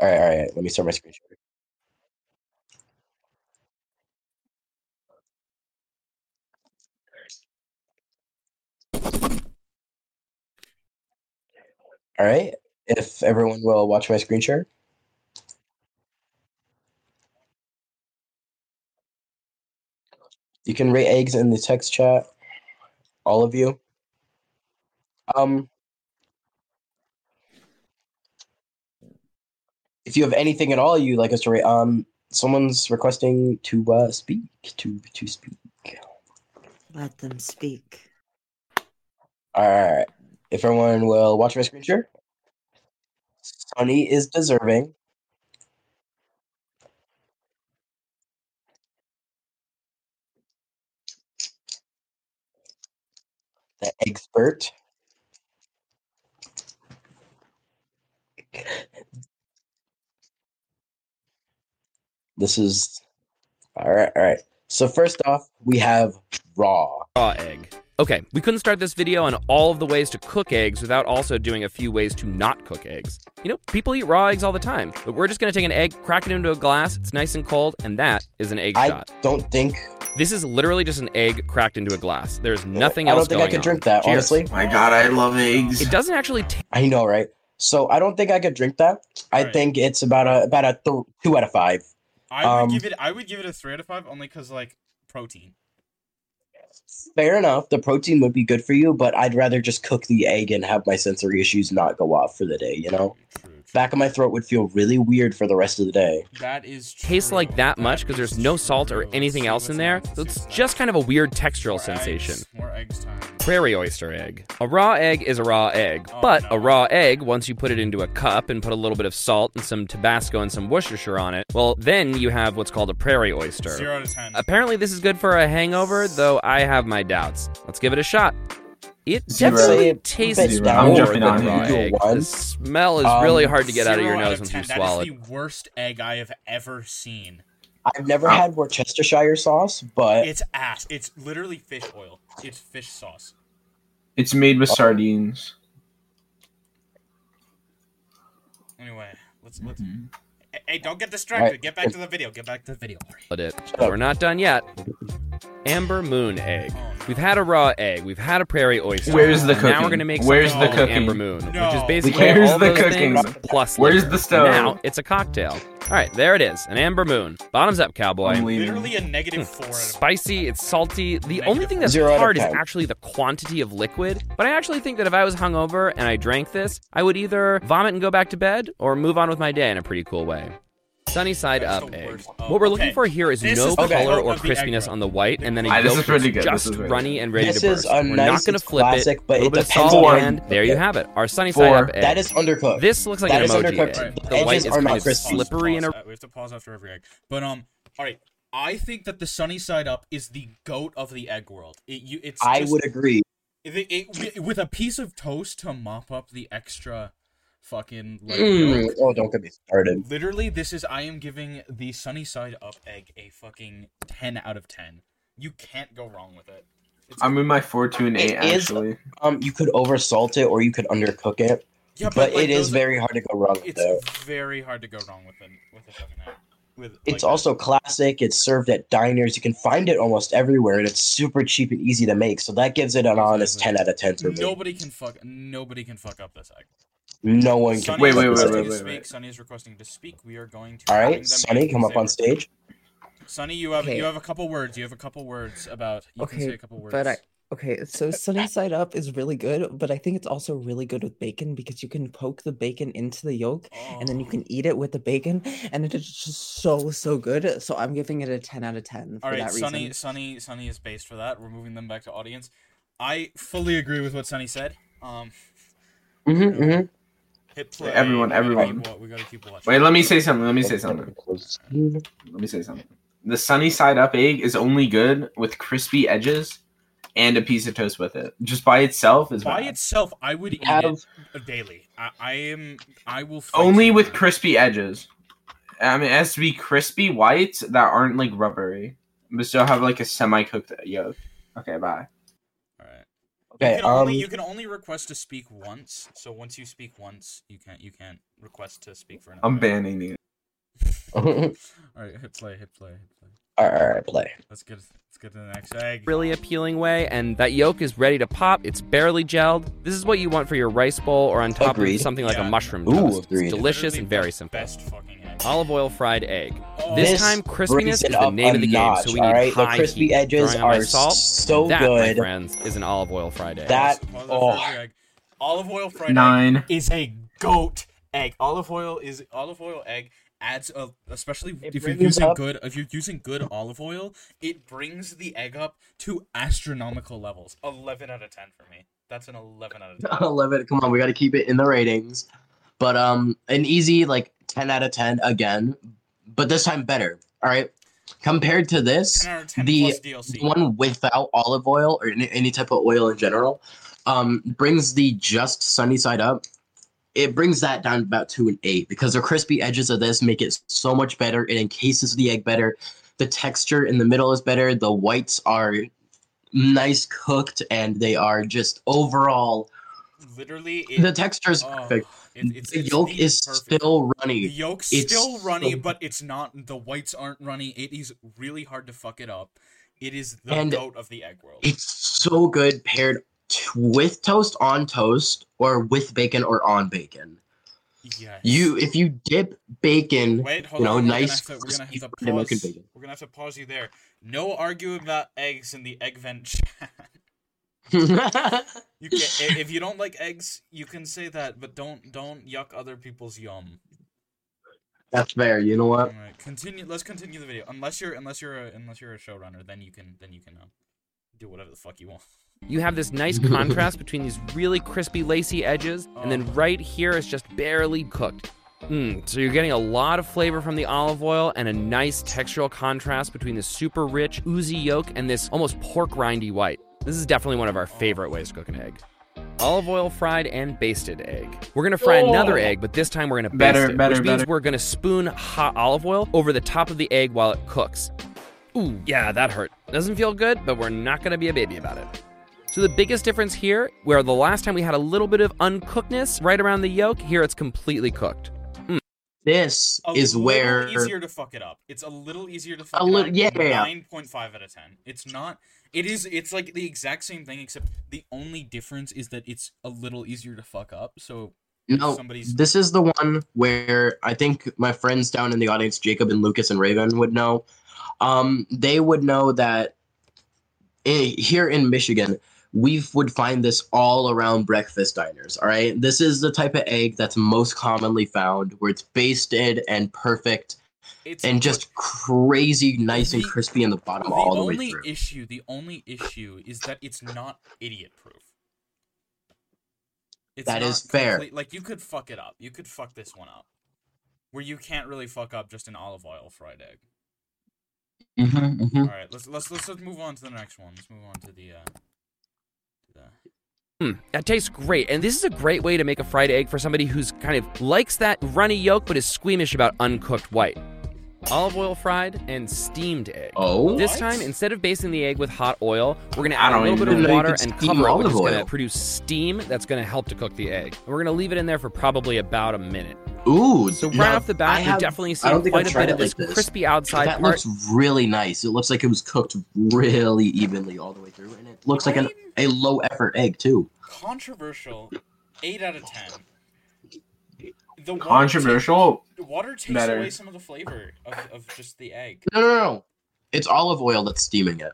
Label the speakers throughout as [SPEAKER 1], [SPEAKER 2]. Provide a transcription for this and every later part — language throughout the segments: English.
[SPEAKER 1] All right, all right. Let me start my screen share. All right. If everyone will watch my screen share. You can rate eggs in the text chat, all of you. Um, if you have anything at all you'd like us to rate, um, someone's requesting to uh, speak, to to speak.
[SPEAKER 2] Let them speak.
[SPEAKER 1] All right. If everyone will watch my screen share. Sunny is deserving. The expert. This is all right. All right. So first off, we have raw.
[SPEAKER 3] raw egg. Okay, we couldn't start this video on all of the ways to cook eggs without also doing a few ways to not cook eggs. You know, people eat raw eggs all the time, but we're just gonna take an egg, crack it into a glass, it's nice and cold, and that is an egg
[SPEAKER 1] I
[SPEAKER 3] shot.
[SPEAKER 1] don't think
[SPEAKER 3] This is literally just an egg cracked into a glass. There's nothing
[SPEAKER 1] I don't
[SPEAKER 3] else
[SPEAKER 1] think I
[SPEAKER 3] going
[SPEAKER 1] could
[SPEAKER 3] on.
[SPEAKER 1] drink that.
[SPEAKER 3] Cheers.
[SPEAKER 1] Honestly,
[SPEAKER 4] My God, I love eggs.
[SPEAKER 3] It doesn't actually taste
[SPEAKER 1] I know, right? So I don't think I could drink that. I
[SPEAKER 5] Right.
[SPEAKER 1] think it's about a about a th- two out of five.
[SPEAKER 5] I
[SPEAKER 1] Um,
[SPEAKER 5] would give it. I would give it a three out of five only because like protein.
[SPEAKER 1] Fair enough. The protein would be good for you, but I'd rather just cook the egg and have my sensory issues not go off for the day. You know,
[SPEAKER 5] True, true.
[SPEAKER 1] back of my throat would feel really weird for the rest of the day.
[SPEAKER 5] That is true.
[SPEAKER 3] taste like that much because there's no
[SPEAKER 5] is
[SPEAKER 3] salt or
[SPEAKER 5] true.
[SPEAKER 3] anything
[SPEAKER 5] See
[SPEAKER 3] else
[SPEAKER 5] what's
[SPEAKER 3] in there,
[SPEAKER 5] next,
[SPEAKER 3] so
[SPEAKER 5] see
[SPEAKER 3] it's
[SPEAKER 5] what's
[SPEAKER 3] just
[SPEAKER 5] next.
[SPEAKER 3] kind of a weird textural
[SPEAKER 5] More
[SPEAKER 3] sensation.
[SPEAKER 5] Eggs, more eggs time.
[SPEAKER 3] Prairie oyster egg. A raw egg is a raw egg,
[SPEAKER 5] Oh,
[SPEAKER 3] but
[SPEAKER 5] no.
[SPEAKER 3] a raw egg, once you put it into a cup and put a little bit of salt and some Tabasco and some Worcestershire on it, well, then you have what's called a prairie oyster.
[SPEAKER 5] Zero out of ten.
[SPEAKER 3] Apparently, this is good for a hangover, though I have my doubts. Let's give it a shot. It
[SPEAKER 4] Zero.
[SPEAKER 3] definitely
[SPEAKER 1] Say-
[SPEAKER 3] tastes
[SPEAKER 1] Zero.
[SPEAKER 4] I'm
[SPEAKER 3] more
[SPEAKER 4] jumping
[SPEAKER 3] than
[SPEAKER 4] on
[SPEAKER 3] raw
[SPEAKER 1] You
[SPEAKER 4] it.
[SPEAKER 1] do
[SPEAKER 3] egg.
[SPEAKER 1] one.
[SPEAKER 3] The smell is
[SPEAKER 1] Um,
[SPEAKER 3] really hard to get out of your
[SPEAKER 5] Zero
[SPEAKER 3] nose once you
[SPEAKER 5] 10. That
[SPEAKER 3] swallow
[SPEAKER 5] is
[SPEAKER 3] it.
[SPEAKER 5] the worst egg I have ever seen.
[SPEAKER 1] I've never
[SPEAKER 3] Oh.
[SPEAKER 1] had Worcestershire sauce, but
[SPEAKER 5] It's ass. It's literally fish oil. It's fish sauce.
[SPEAKER 4] It's made with sardines.
[SPEAKER 5] Anyway, let's let's.
[SPEAKER 3] Mm-hmm.
[SPEAKER 4] Mhm.
[SPEAKER 5] Hey, don't get distracted.
[SPEAKER 1] Right.
[SPEAKER 5] Get back to the video. Get back to the video.
[SPEAKER 3] But it.
[SPEAKER 1] up.
[SPEAKER 3] We're not done yet. Amber moon egg.
[SPEAKER 5] Oh, no.
[SPEAKER 3] We've had a raw egg. We've had a prairie oyster.
[SPEAKER 4] Where's the
[SPEAKER 3] Now we're
[SPEAKER 4] cooking?
[SPEAKER 3] gonna make
[SPEAKER 4] Where's
[SPEAKER 3] something
[SPEAKER 5] the
[SPEAKER 3] called
[SPEAKER 4] cooking?
[SPEAKER 3] Amber moon,
[SPEAKER 5] No.
[SPEAKER 3] which is basically
[SPEAKER 4] Where's
[SPEAKER 3] all
[SPEAKER 4] the
[SPEAKER 3] those
[SPEAKER 4] cooking?
[SPEAKER 3] things plus.
[SPEAKER 4] Where's
[SPEAKER 3] liquor.
[SPEAKER 4] the stove?
[SPEAKER 3] Now it's a cocktail. All right, there it is. An amber moon. Bottoms up,
[SPEAKER 4] I'm
[SPEAKER 3] cowboy.
[SPEAKER 4] leaving.
[SPEAKER 5] Literally a negative
[SPEAKER 3] Mm.
[SPEAKER 5] four. Out of
[SPEAKER 3] Spicy. It's salty. The only thing that's
[SPEAKER 1] Zero out of
[SPEAKER 3] hard is
[SPEAKER 1] ten.
[SPEAKER 3] actually the quantity of liquid. But I actually think that if I was hungover and I drank this, I would either vomit and go back to bed or move on with my day in a pretty cool way. Sunny side
[SPEAKER 5] That's
[SPEAKER 3] up
[SPEAKER 5] the
[SPEAKER 3] egg.
[SPEAKER 5] worst. Oh,
[SPEAKER 3] what we're looking
[SPEAKER 5] okay.
[SPEAKER 3] for here is
[SPEAKER 5] This
[SPEAKER 3] no
[SPEAKER 5] is
[SPEAKER 1] the
[SPEAKER 3] color
[SPEAKER 5] color
[SPEAKER 3] or
[SPEAKER 5] of the egg
[SPEAKER 3] crispiness
[SPEAKER 5] roll.
[SPEAKER 3] on the white, and then a
[SPEAKER 4] Ah, this
[SPEAKER 3] yolk
[SPEAKER 4] is pretty
[SPEAKER 3] that's
[SPEAKER 4] good. This
[SPEAKER 3] just
[SPEAKER 4] is really
[SPEAKER 3] runny
[SPEAKER 4] good.
[SPEAKER 3] and ready
[SPEAKER 1] This
[SPEAKER 3] to
[SPEAKER 1] is
[SPEAKER 3] burst.
[SPEAKER 1] a
[SPEAKER 3] We're
[SPEAKER 1] nice-
[SPEAKER 3] not going to
[SPEAKER 1] it's
[SPEAKER 3] flip
[SPEAKER 1] classic,
[SPEAKER 3] it.
[SPEAKER 1] but
[SPEAKER 3] a little
[SPEAKER 1] it
[SPEAKER 3] bit of
[SPEAKER 1] depends
[SPEAKER 3] salt,
[SPEAKER 4] on-
[SPEAKER 3] and there you have it. Our sunny side
[SPEAKER 4] Four.
[SPEAKER 3] up egg.
[SPEAKER 1] that is undercooked.
[SPEAKER 3] This looks like
[SPEAKER 1] That
[SPEAKER 3] an
[SPEAKER 1] is
[SPEAKER 3] emoji
[SPEAKER 1] undercooked.
[SPEAKER 3] egg.
[SPEAKER 1] The
[SPEAKER 3] The white
[SPEAKER 1] edges
[SPEAKER 3] is
[SPEAKER 1] are
[SPEAKER 3] kind
[SPEAKER 1] not
[SPEAKER 3] of
[SPEAKER 1] crispy.
[SPEAKER 3] slippery and
[SPEAKER 5] pause.
[SPEAKER 3] a
[SPEAKER 5] Uh, we have to pause after every egg. But um, all right. I think that the sunny side up is the goat of the egg world. It, you, it's
[SPEAKER 1] I
[SPEAKER 5] just-
[SPEAKER 1] would agree.
[SPEAKER 5] it, it- with a piece of toast to mop up the extra fucking like.
[SPEAKER 1] Mm,
[SPEAKER 5] yolk.
[SPEAKER 1] oh, don't get me started.
[SPEAKER 5] Literally, this is I am giving the sunny side up egg a fucking ten out of ten. You can't go wrong with it. It's,
[SPEAKER 4] I'm in my four, two, and eight.
[SPEAKER 1] It is-
[SPEAKER 4] actually,
[SPEAKER 1] Um, you could oversalt it or you could undercook it,
[SPEAKER 5] yeah,
[SPEAKER 1] but
[SPEAKER 5] like,
[SPEAKER 1] it is
[SPEAKER 5] those-
[SPEAKER 1] very hard to go wrong with
[SPEAKER 5] It's
[SPEAKER 1] it.
[SPEAKER 5] very hard to go wrong with an with a fucking egg. With like
[SPEAKER 1] It's
[SPEAKER 5] that.
[SPEAKER 1] also classic. It's served at diners. You can find it almost everywhere, and it's super cheap and easy to make. So that gives it an honest ten
[SPEAKER 5] Exactly.
[SPEAKER 1] out of ten for me.
[SPEAKER 5] Nobody can fuck. Nobody can fuck up this egg.
[SPEAKER 1] no one can.
[SPEAKER 5] Sonny
[SPEAKER 4] Wait,
[SPEAKER 5] is
[SPEAKER 4] wait, wait,
[SPEAKER 5] requesting
[SPEAKER 4] wait,
[SPEAKER 5] to
[SPEAKER 4] wait,
[SPEAKER 5] speak.
[SPEAKER 4] wait.
[SPEAKER 5] Sonny is requesting to speak. We are going to.
[SPEAKER 1] All
[SPEAKER 5] bring
[SPEAKER 1] right,
[SPEAKER 5] them
[SPEAKER 1] Sonny,
[SPEAKER 5] in
[SPEAKER 1] come up on
[SPEAKER 5] separate.
[SPEAKER 1] stage.
[SPEAKER 5] Sonny, you have
[SPEAKER 6] Okay.
[SPEAKER 5] you have a couple words. You have a couple words about. You can
[SPEAKER 6] Okay,
[SPEAKER 5] say a couple words.
[SPEAKER 6] but I okay, so sunny side up is really good, but I think it's also really good with bacon because you can poke the bacon into the yolk and then you
[SPEAKER 5] Oh.
[SPEAKER 6] can eat it with the bacon and it is just so so good. So I'm giving it a 10 out of 10 for
[SPEAKER 5] All right,
[SPEAKER 6] that
[SPEAKER 5] Sonny,
[SPEAKER 6] reason.
[SPEAKER 5] Sonny, Sonny is based for that. We're moving them back to audience. I fully agree with what Sonny said. Um,
[SPEAKER 1] Mm-hmm,
[SPEAKER 5] hit play.
[SPEAKER 4] everyone,
[SPEAKER 5] We gotta
[SPEAKER 4] everyone.
[SPEAKER 5] keep wa- We gotta keep watching.
[SPEAKER 4] wait. Let me say something. Let me say something. Let me say something. The sunny side up egg is only good with crispy edges and a piece of toast with it. Just by itself is
[SPEAKER 5] By
[SPEAKER 4] bad.
[SPEAKER 5] itself, I would eat
[SPEAKER 1] Have
[SPEAKER 5] it daily. I, I am. I will. fight
[SPEAKER 4] only
[SPEAKER 5] you
[SPEAKER 4] with
[SPEAKER 5] on that.
[SPEAKER 4] crispy edges. I mean, it has to be crispy whites that aren't like rubbery, but still have like a semi cooked yolk. Okay, bye.
[SPEAKER 5] All right.
[SPEAKER 1] Okay.
[SPEAKER 5] you, can only,
[SPEAKER 1] um,
[SPEAKER 5] you can only request to speak once. So once you speak once, you can't you can't request to speak for another.
[SPEAKER 4] I'm banning you.
[SPEAKER 5] All right, hit play, hit play, hit play.
[SPEAKER 1] um, all right, all right, play.
[SPEAKER 5] Let's get let's get to the next egg.
[SPEAKER 3] really appealing way, and that yolk is ready to pop. It's barely gelled. This is what you want for your rice bowl or on top
[SPEAKER 1] Agreed.
[SPEAKER 3] of something like
[SPEAKER 5] Yeah.
[SPEAKER 3] a mushroom
[SPEAKER 1] Ooh,
[SPEAKER 3] toast.
[SPEAKER 1] agreed.
[SPEAKER 3] It's delicious
[SPEAKER 5] Literally
[SPEAKER 3] and
[SPEAKER 5] the
[SPEAKER 3] very simple.
[SPEAKER 5] Best fucking egg.
[SPEAKER 3] Olive oil fried egg.
[SPEAKER 5] Oh,
[SPEAKER 3] This,
[SPEAKER 1] This
[SPEAKER 3] time,
[SPEAKER 1] Brings
[SPEAKER 3] crispiness
[SPEAKER 1] it
[SPEAKER 3] is the
[SPEAKER 1] up
[SPEAKER 3] name
[SPEAKER 1] a
[SPEAKER 3] of the game,
[SPEAKER 1] notch,
[SPEAKER 3] so we need
[SPEAKER 1] all right. The
[SPEAKER 3] high
[SPEAKER 1] crispy
[SPEAKER 3] heat.
[SPEAKER 1] edges
[SPEAKER 3] Throwing on my
[SPEAKER 1] are
[SPEAKER 3] salt.
[SPEAKER 1] so
[SPEAKER 3] that, my
[SPEAKER 1] good.
[SPEAKER 3] friends, is an olive oil fried egg.
[SPEAKER 1] That-
[SPEAKER 5] this motherfucker
[SPEAKER 1] oh.
[SPEAKER 5] egg. olive oil fried egg
[SPEAKER 4] Nine.
[SPEAKER 5] is a goat egg. Olive oil is olive oil egg adds a especially
[SPEAKER 1] It
[SPEAKER 5] if you're
[SPEAKER 1] brings
[SPEAKER 5] using
[SPEAKER 1] up-
[SPEAKER 5] good if you're using good olive oil, it brings the egg up to astronomical levels. Eleven out of ten for me. That's an eleven out of ten.
[SPEAKER 1] I love it. Come on, we got to keep it in the ratings. But um, an easy like ten out of ten again, but this time better. All right. Compared to this,
[SPEAKER 5] Ten out of ten
[SPEAKER 1] The
[SPEAKER 5] plus DLC.
[SPEAKER 1] one without olive oil or any, any type of oil in general, um, brings the just sunny side up. It brings that down about to an eight because the crispy edges of this make it so much better. It encases the egg better. The texture in the middle is better. The whites are nice cooked and they are just overall
[SPEAKER 5] Literally, it,
[SPEAKER 1] the texture is
[SPEAKER 5] oh,
[SPEAKER 1] perfect.
[SPEAKER 5] it- it's,
[SPEAKER 1] the
[SPEAKER 5] it's
[SPEAKER 1] yolk
[SPEAKER 5] the
[SPEAKER 1] is
[SPEAKER 5] perfect.
[SPEAKER 1] still
[SPEAKER 5] The
[SPEAKER 1] runny.
[SPEAKER 5] yolk's
[SPEAKER 1] It's
[SPEAKER 5] still runny,
[SPEAKER 1] so-
[SPEAKER 5] but it's not. The whites aren't runny. It is really hard to fuck it up. It is the
[SPEAKER 1] And
[SPEAKER 5] goat of the egg world.
[SPEAKER 1] It's so good paired t- with toast on toast or with bacon or on bacon.
[SPEAKER 5] Yes.
[SPEAKER 1] You if you dip bacon,
[SPEAKER 5] Wait, hold
[SPEAKER 1] you know,
[SPEAKER 5] on. we're gonna
[SPEAKER 1] nice
[SPEAKER 5] have to- we're gonna have
[SPEAKER 1] crispy
[SPEAKER 5] to
[SPEAKER 1] bread and milk and
[SPEAKER 5] pause-
[SPEAKER 1] bacon.
[SPEAKER 5] We're gonna have to pause you there. No arguing about eggs in the egg vent chat. You can, i- if you don't like eggs, you can say that, but don't don't yuck other people's yum.
[SPEAKER 1] that's fair. You know
[SPEAKER 5] All
[SPEAKER 3] Uh,
[SPEAKER 1] what?
[SPEAKER 5] right, continue. Let's continue the video. Unless you're unless you're a, unless you're a showrunner, then you can then you can uh, do whatever the fuck you want.
[SPEAKER 3] You have this nice contrast between these really crispy, lacy edges, and then right here is just barely cooked. Mm, so you're getting a lot of flavor from the olive oil and a nice textural contrast between the super rich, oozy yolk and this almost pork rindy white. This is definitely one of our favorite ways to cook an egg. Olive oil fried and basted egg. We're gonna fry another egg, but this time we're gonna baste
[SPEAKER 4] Oh. Better,
[SPEAKER 3] it,
[SPEAKER 4] better,
[SPEAKER 3] which means
[SPEAKER 4] better.
[SPEAKER 3] we're gonna spoon hot olive oil over the top of the egg while it cooks. Ooh, yeah, that hurt. Doesn't feel good, but we're not gonna be a baby about it. So the biggest difference here, where the last time we had a little bit of uncookedness right around the yolk, here it's completely cooked.
[SPEAKER 1] This
[SPEAKER 5] A
[SPEAKER 1] is
[SPEAKER 5] little
[SPEAKER 1] where
[SPEAKER 5] easier to fuck it up. It's a little easier to fuck
[SPEAKER 1] A
[SPEAKER 5] it
[SPEAKER 1] little-
[SPEAKER 5] up.
[SPEAKER 1] yeah, yeah, yeah.
[SPEAKER 5] Nine point five out of ten. It's not. It is. It's like the exact same thing, except the only difference is that it's a little easier to fuck up. So
[SPEAKER 1] no.
[SPEAKER 5] somebody's
[SPEAKER 1] This is the one where I think my friends down in the audience, Jacob and Lucas and Raven, would know. Um, they would know that i here in Michigan, we f- would find this all around breakfast diners. All right, this is the type of egg that's most commonly found, where it's basted and perfect
[SPEAKER 5] it's
[SPEAKER 1] and just crazy, nice and
[SPEAKER 5] The-
[SPEAKER 1] crispy in the bottom
[SPEAKER 5] the
[SPEAKER 1] all the way
[SPEAKER 5] only
[SPEAKER 1] through.
[SPEAKER 5] issue the only issue is that it's not idiot proof it's
[SPEAKER 1] That
[SPEAKER 5] not
[SPEAKER 1] is fair.
[SPEAKER 5] complete- like you could fuck it up you could fuck this one up where you can't really fuck up just an olive oil fried egg
[SPEAKER 1] Hmm.
[SPEAKER 5] all right let's let's let's, let's move on to the next one let's move on to the uh to the-
[SPEAKER 3] Mm, that tastes great. And this is a great way to make a fried egg for somebody who's kind of likes that runny yolk but is squeamish about uncooked white. Olive oil fried and steamed egg.
[SPEAKER 1] Oh,
[SPEAKER 3] This
[SPEAKER 5] What?
[SPEAKER 3] time, instead of basting the egg with hot oil, we're going to
[SPEAKER 4] I
[SPEAKER 3] add a little
[SPEAKER 4] don't even
[SPEAKER 3] bit of
[SPEAKER 1] know you
[SPEAKER 3] water
[SPEAKER 1] could
[SPEAKER 3] and
[SPEAKER 1] steam
[SPEAKER 3] cover it, which
[SPEAKER 1] olive
[SPEAKER 3] is going
[SPEAKER 1] oil.
[SPEAKER 3] to produce steam that's going to help to cook the egg. And we're going to leave it in there for probably about a minute.
[SPEAKER 1] ooh!
[SPEAKER 3] So right
[SPEAKER 1] now
[SPEAKER 3] off the
[SPEAKER 1] I
[SPEAKER 3] bat,
[SPEAKER 1] have-
[SPEAKER 3] you definitely see
[SPEAKER 1] I don't think
[SPEAKER 3] quite
[SPEAKER 1] I've
[SPEAKER 3] a
[SPEAKER 1] tried
[SPEAKER 3] bit of
[SPEAKER 1] it like
[SPEAKER 3] this
[SPEAKER 1] this.
[SPEAKER 3] crispy outside
[SPEAKER 1] that
[SPEAKER 3] part.
[SPEAKER 1] looks really nice. It looks like it was cooked really evenly all the way through, and it looks like an, a low effort egg too.
[SPEAKER 5] controversial 8 out of 10 the water ta-
[SPEAKER 4] Controversial.
[SPEAKER 5] the water takes
[SPEAKER 4] Better.
[SPEAKER 5] away some of the flavor of, of just the egg
[SPEAKER 1] No, no, no, no. It's olive oil that's steaming it.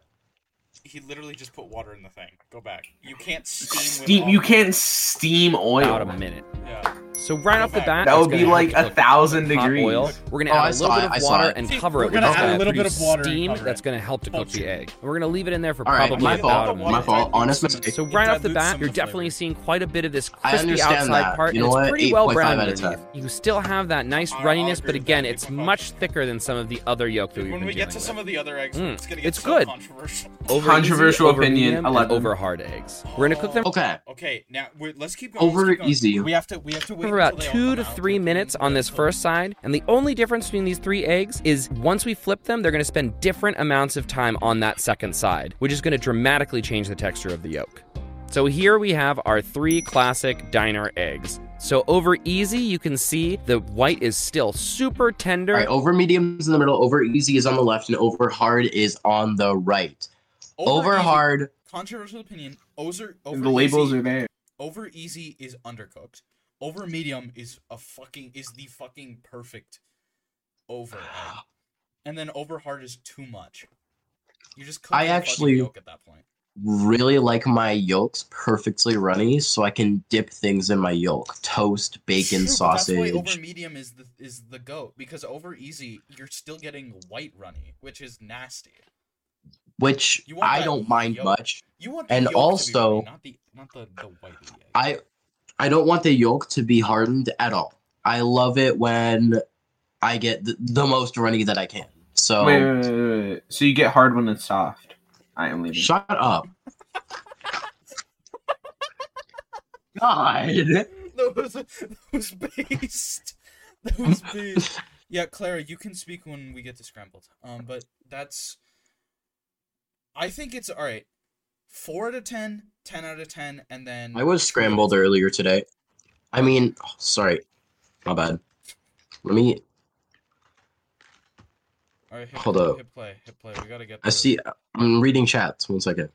[SPEAKER 5] he literally just put water in the thing go back you can't steam,
[SPEAKER 4] Steam.
[SPEAKER 5] with
[SPEAKER 4] You
[SPEAKER 5] olive
[SPEAKER 4] can't steam
[SPEAKER 3] About a
[SPEAKER 4] oil.
[SPEAKER 3] minute.
[SPEAKER 5] oil. yeah
[SPEAKER 3] So right off the bat,
[SPEAKER 5] That
[SPEAKER 3] it's
[SPEAKER 5] would be
[SPEAKER 3] gonna
[SPEAKER 4] like
[SPEAKER 3] have to
[SPEAKER 4] a
[SPEAKER 3] cook hot
[SPEAKER 4] thousand degrees.
[SPEAKER 3] Oil. We're gonna
[SPEAKER 1] Oh,
[SPEAKER 3] add
[SPEAKER 1] I
[SPEAKER 3] a
[SPEAKER 1] saw
[SPEAKER 3] little
[SPEAKER 1] it,
[SPEAKER 3] bit
[SPEAKER 1] I
[SPEAKER 3] of
[SPEAKER 1] saw
[SPEAKER 3] water
[SPEAKER 1] it.
[SPEAKER 3] and
[SPEAKER 5] See,
[SPEAKER 3] cover
[SPEAKER 5] we're
[SPEAKER 3] it. with
[SPEAKER 5] gonna
[SPEAKER 3] this
[SPEAKER 5] add a
[SPEAKER 3] guy,
[SPEAKER 5] little bit
[SPEAKER 3] produce
[SPEAKER 5] of water and
[SPEAKER 3] steam
[SPEAKER 5] cover it.
[SPEAKER 3] that's gonna help to cook the
[SPEAKER 5] Bullshit.
[SPEAKER 3] egg. We're gonna leave it in there for
[SPEAKER 1] All right,
[SPEAKER 3] probably
[SPEAKER 1] my
[SPEAKER 3] about a
[SPEAKER 1] fault.
[SPEAKER 3] minute.
[SPEAKER 1] My fault. Honest mistake.
[SPEAKER 3] So
[SPEAKER 5] It
[SPEAKER 3] right off the
[SPEAKER 5] dilutes
[SPEAKER 3] bat,
[SPEAKER 5] some
[SPEAKER 3] you're
[SPEAKER 5] of the
[SPEAKER 3] definitely
[SPEAKER 5] flavor.
[SPEAKER 3] seeing quite a bit of this
[SPEAKER 1] I
[SPEAKER 3] crispy
[SPEAKER 1] understand
[SPEAKER 3] outside
[SPEAKER 1] that.
[SPEAKER 3] part,
[SPEAKER 1] You know
[SPEAKER 3] and
[SPEAKER 1] what?
[SPEAKER 3] it's pretty well
[SPEAKER 1] 8.5
[SPEAKER 3] browned
[SPEAKER 1] out of 10.
[SPEAKER 3] underneath. You still have that nice
[SPEAKER 5] I- I'll
[SPEAKER 3] runniness,
[SPEAKER 5] agree
[SPEAKER 3] but
[SPEAKER 5] with
[SPEAKER 3] again,
[SPEAKER 5] that.
[SPEAKER 3] it's
[SPEAKER 5] 8.5.
[SPEAKER 3] much thicker than some of the other yolk that we've
[SPEAKER 5] When
[SPEAKER 3] been
[SPEAKER 5] we
[SPEAKER 3] dealing
[SPEAKER 5] get to
[SPEAKER 3] with.
[SPEAKER 5] some of the other eggs,
[SPEAKER 3] Mm,
[SPEAKER 5] it's gonna get
[SPEAKER 3] it's
[SPEAKER 5] so
[SPEAKER 3] good.
[SPEAKER 5] controversial.
[SPEAKER 3] Over
[SPEAKER 4] Controversial
[SPEAKER 3] easy, over
[SPEAKER 4] opinion,
[SPEAKER 3] medium, and
[SPEAKER 4] 11.
[SPEAKER 3] over hard eggs. We're gonna cook them
[SPEAKER 1] Okay,
[SPEAKER 5] Okay, now we let's keep going.
[SPEAKER 1] over
[SPEAKER 5] let's keep going.
[SPEAKER 1] easy.
[SPEAKER 5] We have to. We have to wait
[SPEAKER 3] for about
[SPEAKER 5] until they all
[SPEAKER 3] two
[SPEAKER 5] come
[SPEAKER 3] to
[SPEAKER 5] out.
[SPEAKER 3] three minutes on this first side. And the only difference between these three eggs is once we flip them, they're going to spend different amounts of time on that second side, which is going to dramatically change the texture of the yolk. So here we have our three classic diner eggs. So over easy, you can see the white is still super tender.
[SPEAKER 1] All right, over medium's in the middle, over easy is on the left, and over hard is on the right. Over,
[SPEAKER 5] easy-
[SPEAKER 1] hard,
[SPEAKER 5] Controversial opinion. Ozer, over
[SPEAKER 4] The labels
[SPEAKER 5] easy,
[SPEAKER 4] are there.
[SPEAKER 5] Over easy is undercooked. Over medium is a fucking is the fucking perfect over. egg. And then over hard is too much. You just cook
[SPEAKER 1] I
[SPEAKER 5] the fucking
[SPEAKER 1] actually-
[SPEAKER 5] yolk at that point.
[SPEAKER 1] really like my yolks perfectly runny, so I can dip things in my yolk: toast, bacon,
[SPEAKER 5] Sure, but That's why
[SPEAKER 1] sausage.
[SPEAKER 5] over medium is the is the goat because over easy you're still getting white runny, which is nasty.
[SPEAKER 1] which
[SPEAKER 5] You want
[SPEAKER 1] I
[SPEAKER 5] that
[SPEAKER 1] don't mind
[SPEAKER 5] yolk.
[SPEAKER 1] much.
[SPEAKER 5] You want the
[SPEAKER 1] And
[SPEAKER 5] yolk to be
[SPEAKER 1] also-
[SPEAKER 5] runny, not the not the the white. of the egg.
[SPEAKER 1] I I don't want the yolk to be hardened at all. I love it when I get the, the most runny that I can. So
[SPEAKER 4] Wait, wait, wait, wait, wait. So you get hard when it's soft. I am leaving.
[SPEAKER 1] shut up. God.
[SPEAKER 5] that was that was based. That was based. Yeah, Clara, you can speak when we get to scrambled. Um, but that's. I think it's all right. Four out of ten, ten out of ten, and then
[SPEAKER 1] I was scrambled earlier today. I mean, oh, sorry. My bad. Let me
[SPEAKER 5] All right, hit,
[SPEAKER 1] hold
[SPEAKER 5] play,
[SPEAKER 1] up.
[SPEAKER 5] Hit play, hit play. We gotta get.
[SPEAKER 1] I see I'm reading chats. One second.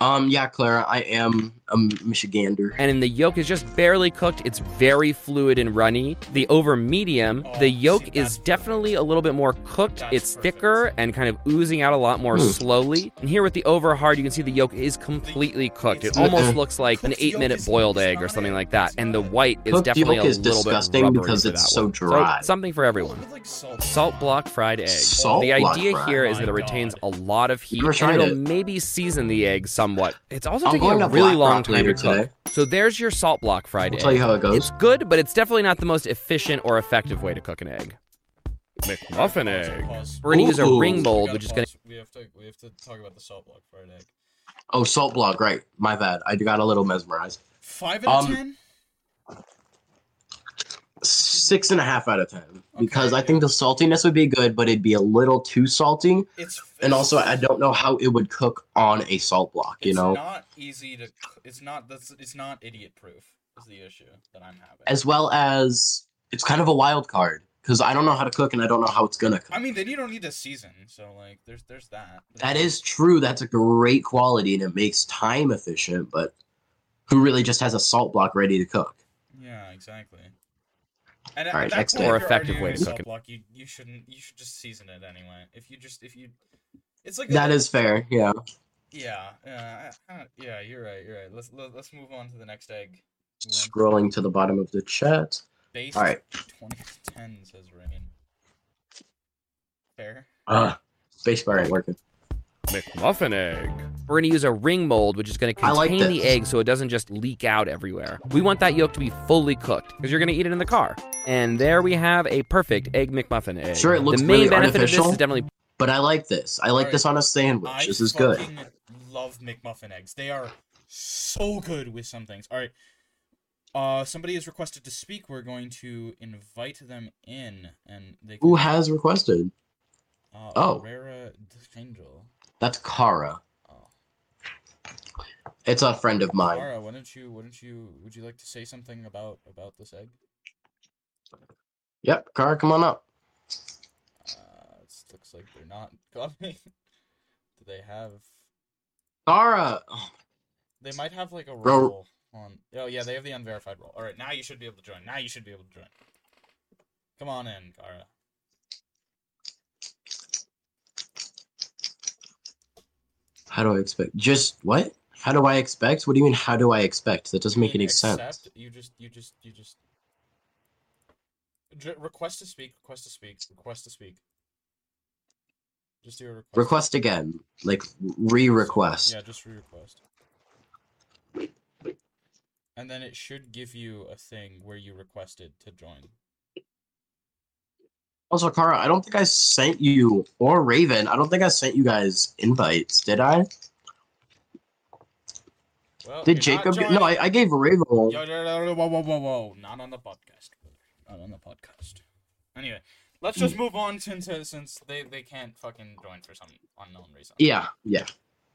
[SPEAKER 1] Um yeah, Clara, I am a Michigander.
[SPEAKER 3] and then the yolk is just barely cooked. It's very fluid and runny. The over medium,
[SPEAKER 5] Oh,
[SPEAKER 3] the
[SPEAKER 5] see,
[SPEAKER 3] yolk
[SPEAKER 5] that's
[SPEAKER 3] is definitely a little bit more cooked.
[SPEAKER 5] That's
[SPEAKER 3] It's
[SPEAKER 5] perfect.
[SPEAKER 3] thicker and kind of oozing out a lot more
[SPEAKER 1] Hmm.
[SPEAKER 3] slowly. And here with the over hard, you can see the yolk is completely cooked. It
[SPEAKER 5] it's-
[SPEAKER 3] almost looks like an
[SPEAKER 5] Cooked yolk
[SPEAKER 3] eight minute
[SPEAKER 5] is-
[SPEAKER 3] boiled
[SPEAKER 5] is
[SPEAKER 3] egg or
[SPEAKER 5] not
[SPEAKER 3] something
[SPEAKER 5] it.
[SPEAKER 3] like that.
[SPEAKER 5] It's
[SPEAKER 3] And the
[SPEAKER 5] not it.
[SPEAKER 3] white is
[SPEAKER 1] Cooked
[SPEAKER 3] definitely
[SPEAKER 1] yolk
[SPEAKER 3] a
[SPEAKER 1] is
[SPEAKER 3] little
[SPEAKER 1] disgusting
[SPEAKER 3] bit rubbery
[SPEAKER 1] because
[SPEAKER 3] for
[SPEAKER 1] it's
[SPEAKER 3] that
[SPEAKER 1] so
[SPEAKER 3] one.
[SPEAKER 1] dry.
[SPEAKER 3] something for everyone.
[SPEAKER 5] With, like, salt.
[SPEAKER 3] Salt block fried egg.
[SPEAKER 1] Salt
[SPEAKER 3] the
[SPEAKER 1] block
[SPEAKER 3] idea
[SPEAKER 1] fried.
[SPEAKER 3] here is
[SPEAKER 5] Oh
[SPEAKER 3] that it
[SPEAKER 5] my
[SPEAKER 3] retains a
[SPEAKER 5] God.
[SPEAKER 3] lot of heat.
[SPEAKER 1] Never
[SPEAKER 3] and
[SPEAKER 1] tried
[SPEAKER 3] it'll
[SPEAKER 1] it.
[SPEAKER 3] maybe season the egg somewhat. It's also
[SPEAKER 1] I'm
[SPEAKER 3] taking
[SPEAKER 1] going
[SPEAKER 3] a
[SPEAKER 1] to
[SPEAKER 3] really
[SPEAKER 1] Black
[SPEAKER 3] long
[SPEAKER 1] Rock
[SPEAKER 3] time
[SPEAKER 1] later
[SPEAKER 3] to cook.
[SPEAKER 1] today.
[SPEAKER 3] So there's your salt block fried
[SPEAKER 1] I'll
[SPEAKER 3] egg.
[SPEAKER 1] tell you how it
[SPEAKER 3] It's
[SPEAKER 1] goes.
[SPEAKER 3] good, but it's definitely not the most efficient or effective way to cook an egg. McMuffin
[SPEAKER 5] Pause,
[SPEAKER 3] egg.
[SPEAKER 5] pause.
[SPEAKER 3] We're gonna use a
[SPEAKER 1] Ooh.
[SPEAKER 3] ring mold,
[SPEAKER 5] We
[SPEAKER 3] which is
[SPEAKER 5] gotta
[SPEAKER 3] gonna
[SPEAKER 5] pause. We have to. We have to talk about the salt block fried egg.
[SPEAKER 1] Oh, salt block, right. My bad. I got a little mesmerized.
[SPEAKER 5] Five out of
[SPEAKER 1] Um,
[SPEAKER 5] ten.
[SPEAKER 1] Six and a half out of ten. Because
[SPEAKER 5] Okay,
[SPEAKER 1] I think the saltiness would be good, but it'd be a little too salty.
[SPEAKER 5] It's
[SPEAKER 1] And also
[SPEAKER 5] it's-
[SPEAKER 1] I don't know how it would cook on a salt block, you
[SPEAKER 5] it's
[SPEAKER 1] know?
[SPEAKER 5] not easy to. c- It's not. That's. It's not idiot proof. Is the issue that I'm having.
[SPEAKER 1] as well as it's kind of a wild card because I don't know how to cook and I don't know how it's gonna cook.
[SPEAKER 5] I mean, then you don't need a season. So like, there's there's that.
[SPEAKER 1] that is true. That's a great quality and it makes time efficient, but who really just has a salt block ready to cook?
[SPEAKER 5] Yeah, exactly. And
[SPEAKER 1] Alright,
[SPEAKER 5] at that
[SPEAKER 1] next
[SPEAKER 5] point,
[SPEAKER 1] day.
[SPEAKER 5] or
[SPEAKER 3] Or effective way to cook
[SPEAKER 5] salt
[SPEAKER 3] it.
[SPEAKER 5] block, you you shouldn't. You should just season it anyway. If you just if you, it's like a-
[SPEAKER 1] That is fair. Yeah.
[SPEAKER 5] Yeah, yeah, I- I don't- yeah. You're right. You're right. Let's let, let's move on to the next egg. Move on.
[SPEAKER 1] Scrolling to the bottom of the chat.
[SPEAKER 5] Based
[SPEAKER 1] Alright.
[SPEAKER 5] 2010 says Rain. Fair.
[SPEAKER 1] Uh, spacebar ain't working.
[SPEAKER 3] McMuffin egg. We're gonna use a ring mold, which is gonna
[SPEAKER 1] I
[SPEAKER 3] contain
[SPEAKER 1] like
[SPEAKER 3] the
[SPEAKER 1] this.
[SPEAKER 3] egg so it doesn't just leak out everywhere. We want that yolk to be fully cooked because you're gonna eat it in the car. And there we have a perfect egg McMuffin egg.
[SPEAKER 1] Sure, it looks
[SPEAKER 3] the main
[SPEAKER 1] really
[SPEAKER 3] benefit of
[SPEAKER 1] artificial.
[SPEAKER 3] this is definitely
[SPEAKER 1] But I like this. I like
[SPEAKER 5] Alright.
[SPEAKER 1] this on a sandwich.
[SPEAKER 5] I
[SPEAKER 1] this is good.
[SPEAKER 5] fucking love McMuffin eggs. They are so good with some things. All right. Uh, somebody has requested to speak. We're going to invite them in, and they.
[SPEAKER 1] Who
[SPEAKER 5] can-
[SPEAKER 1] has requested?
[SPEAKER 5] Uh,
[SPEAKER 1] oh.
[SPEAKER 5] Herrera D'Angelo.
[SPEAKER 1] That's Kara.
[SPEAKER 5] Oh.
[SPEAKER 1] It's a friend of mine.
[SPEAKER 5] Mara, why don't you? Why don't you? Would you like to say something about about this egg?
[SPEAKER 1] Yep, Kara, come on up.
[SPEAKER 5] Uh, it looks like they're not coming. Do they have?
[SPEAKER 1] Kara. Oh,
[SPEAKER 5] They might have like a
[SPEAKER 1] Bro-
[SPEAKER 5] roll on. Oh yeah, they have the unverified roll. All right, now you should be able to join. Now you should be able to join. Come on in, Kara.
[SPEAKER 1] How do I expect? Just what? How do I expect? What do you mean? How do I expect? That doesn't
[SPEAKER 5] You
[SPEAKER 1] make
[SPEAKER 5] mean
[SPEAKER 1] any sense.
[SPEAKER 5] accept? You just, you just, you just. J- request to speak. Request to speak. Request to speak. Just do a request.
[SPEAKER 1] Request again, like re-request.
[SPEAKER 5] Yeah, just re-request. And then it should give you a thing where you requested to join.
[SPEAKER 1] Also, Kara, I don't think I sent you or Raven. I don't think I sent you guys invites. Did I?
[SPEAKER 5] Well,
[SPEAKER 1] Did
[SPEAKER 5] you're not
[SPEAKER 1] Jacob? Get,
[SPEAKER 5] joining.
[SPEAKER 1] no, I, I gave Raven. one.
[SPEAKER 5] Yo, yo, yo, yo, whoa, whoa, whoa, whoa. Not on the podcast, brother. Not on the podcast. Anyway, let's just move on since uh, since they, they can't fucking join for some unknown reason.
[SPEAKER 1] Yeah, yeah.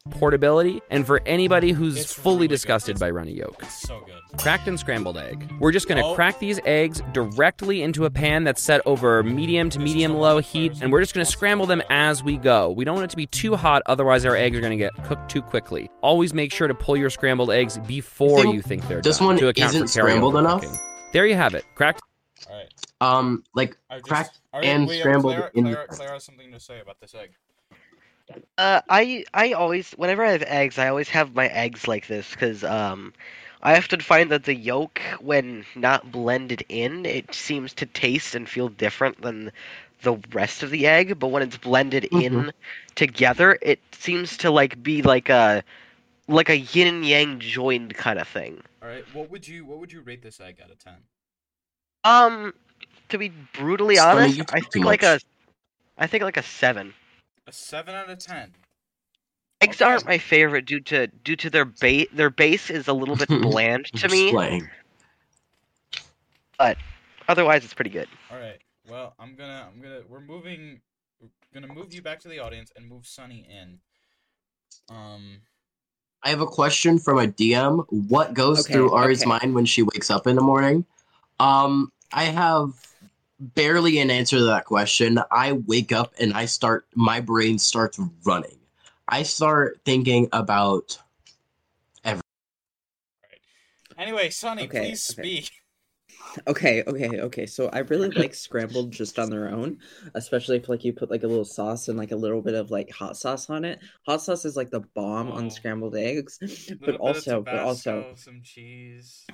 [SPEAKER 3] portability, and for anybody who's
[SPEAKER 5] It's
[SPEAKER 3] fully
[SPEAKER 5] really good.
[SPEAKER 3] disgusted by runny yolk.
[SPEAKER 5] It's so good.
[SPEAKER 3] Cracked and scrambled egg. We're just gonna
[SPEAKER 5] Oh.
[SPEAKER 3] crack these eggs directly into a pan that's set over medium to medium low heat, and we're just gonna scramble them as we go. We don't want it to be too hot, otherwise our eggs are gonna get cooked too quickly. Always make sure to pull your scrambled eggs before
[SPEAKER 1] think
[SPEAKER 3] you think they're
[SPEAKER 1] this
[SPEAKER 3] done.
[SPEAKER 1] one
[SPEAKER 3] to account
[SPEAKER 1] isn't
[SPEAKER 3] for carryover
[SPEAKER 1] scrambled enough?
[SPEAKER 3] cooking. There you have it. Cracked.
[SPEAKER 5] All right.
[SPEAKER 1] Um, like
[SPEAKER 5] I just-
[SPEAKER 1] Cracked
[SPEAKER 5] all right,
[SPEAKER 1] and
[SPEAKER 5] wait, uh,
[SPEAKER 1] scrambled
[SPEAKER 5] Clara,
[SPEAKER 1] in the-
[SPEAKER 5] Clara, Clara has something to say about this egg.
[SPEAKER 7] Uh, I I always whenever I have eggs, I always have my eggs like this because um, I often find that the yolk, when not blended in, it seems to taste and feel different than the rest of the egg. But when it's blended
[SPEAKER 1] Mm-hmm.
[SPEAKER 7] in together, it seems to like be like a like a yin and yang joined kind of thing.
[SPEAKER 5] All right. What would you What would you rate this egg out of ten?
[SPEAKER 7] Um, to be brutally
[SPEAKER 1] Sonny,
[SPEAKER 7] honest,
[SPEAKER 1] you
[SPEAKER 7] I
[SPEAKER 1] talk too
[SPEAKER 7] think like a
[SPEAKER 1] much.
[SPEAKER 7] I think like a seven.
[SPEAKER 5] A seven out of ten.
[SPEAKER 7] Eggs
[SPEAKER 5] Okay.
[SPEAKER 7] aren't my favorite due to due to their base. Their base is a little bit bland to
[SPEAKER 1] just
[SPEAKER 7] me.
[SPEAKER 1] playing.
[SPEAKER 7] Otherwise, it's pretty good.
[SPEAKER 5] All right. Well, I'm gonna I'm gonna we're moving we're gonna move you back to the audience and move Sunny in. Um.
[SPEAKER 1] I have a question from a DM. What goes
[SPEAKER 6] Okay,
[SPEAKER 1] through Ari's
[SPEAKER 6] okay.
[SPEAKER 1] mind when she wakes up in the morning? Um, I have barely an answer to that question. I wake up and I start, my brain starts running. I start thinking about
[SPEAKER 5] Anyway, Sunny,
[SPEAKER 6] Okay,
[SPEAKER 5] please
[SPEAKER 6] okay.
[SPEAKER 5] speak.
[SPEAKER 6] Okay, okay, okay. So I really like scrambled just on their own, especially if like you put like a little sauce and like a little bit of like hot sauce on it. Hot sauce is like the bomb
[SPEAKER 5] Oh.
[SPEAKER 6] on scrambled eggs,
[SPEAKER 5] Little bit
[SPEAKER 6] but
[SPEAKER 5] of
[SPEAKER 6] also, but also,
[SPEAKER 5] Tabasco, some cheese.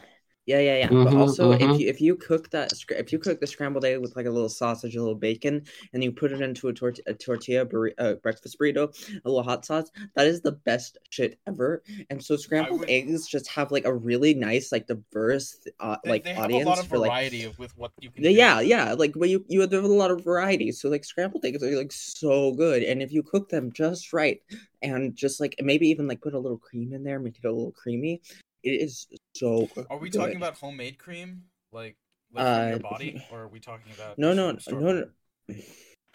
[SPEAKER 6] yeah, yeah, yeah. But
[SPEAKER 5] Mm-hmm,
[SPEAKER 1] Mhm,
[SPEAKER 6] also, if
[SPEAKER 1] mhm.
[SPEAKER 6] you if you cook that scr- if you cook the scrambled egg with like a little sausage, a little bacon, and you put it into a, tor- a tortilla burri- uh, breakfast burrito, a little hot sauce, that is the best shit ever. And so scrambled
[SPEAKER 5] would-
[SPEAKER 6] eggs just have like a really nice like diverse uh,
[SPEAKER 5] They,
[SPEAKER 6] like
[SPEAKER 5] they have
[SPEAKER 6] audience
[SPEAKER 5] a lot of
[SPEAKER 6] for like
[SPEAKER 5] variety of with what you can.
[SPEAKER 6] yeah,
[SPEAKER 5] do.
[SPEAKER 6] yeah, yeah. Like, well, you you have a lot of variety. So, like, scrambled eggs are like so good, and if you cook them just right, and just like maybe even like put a little cream in there, make it a little creamy, it is so.
[SPEAKER 5] Are we
[SPEAKER 6] good.
[SPEAKER 5] talking about homemade cream, like, like from your
[SPEAKER 6] Uh,
[SPEAKER 5] body, or are we talking about
[SPEAKER 6] No,
[SPEAKER 5] just
[SPEAKER 6] no,
[SPEAKER 5] from store
[SPEAKER 6] no,
[SPEAKER 5] brand?
[SPEAKER 6] no.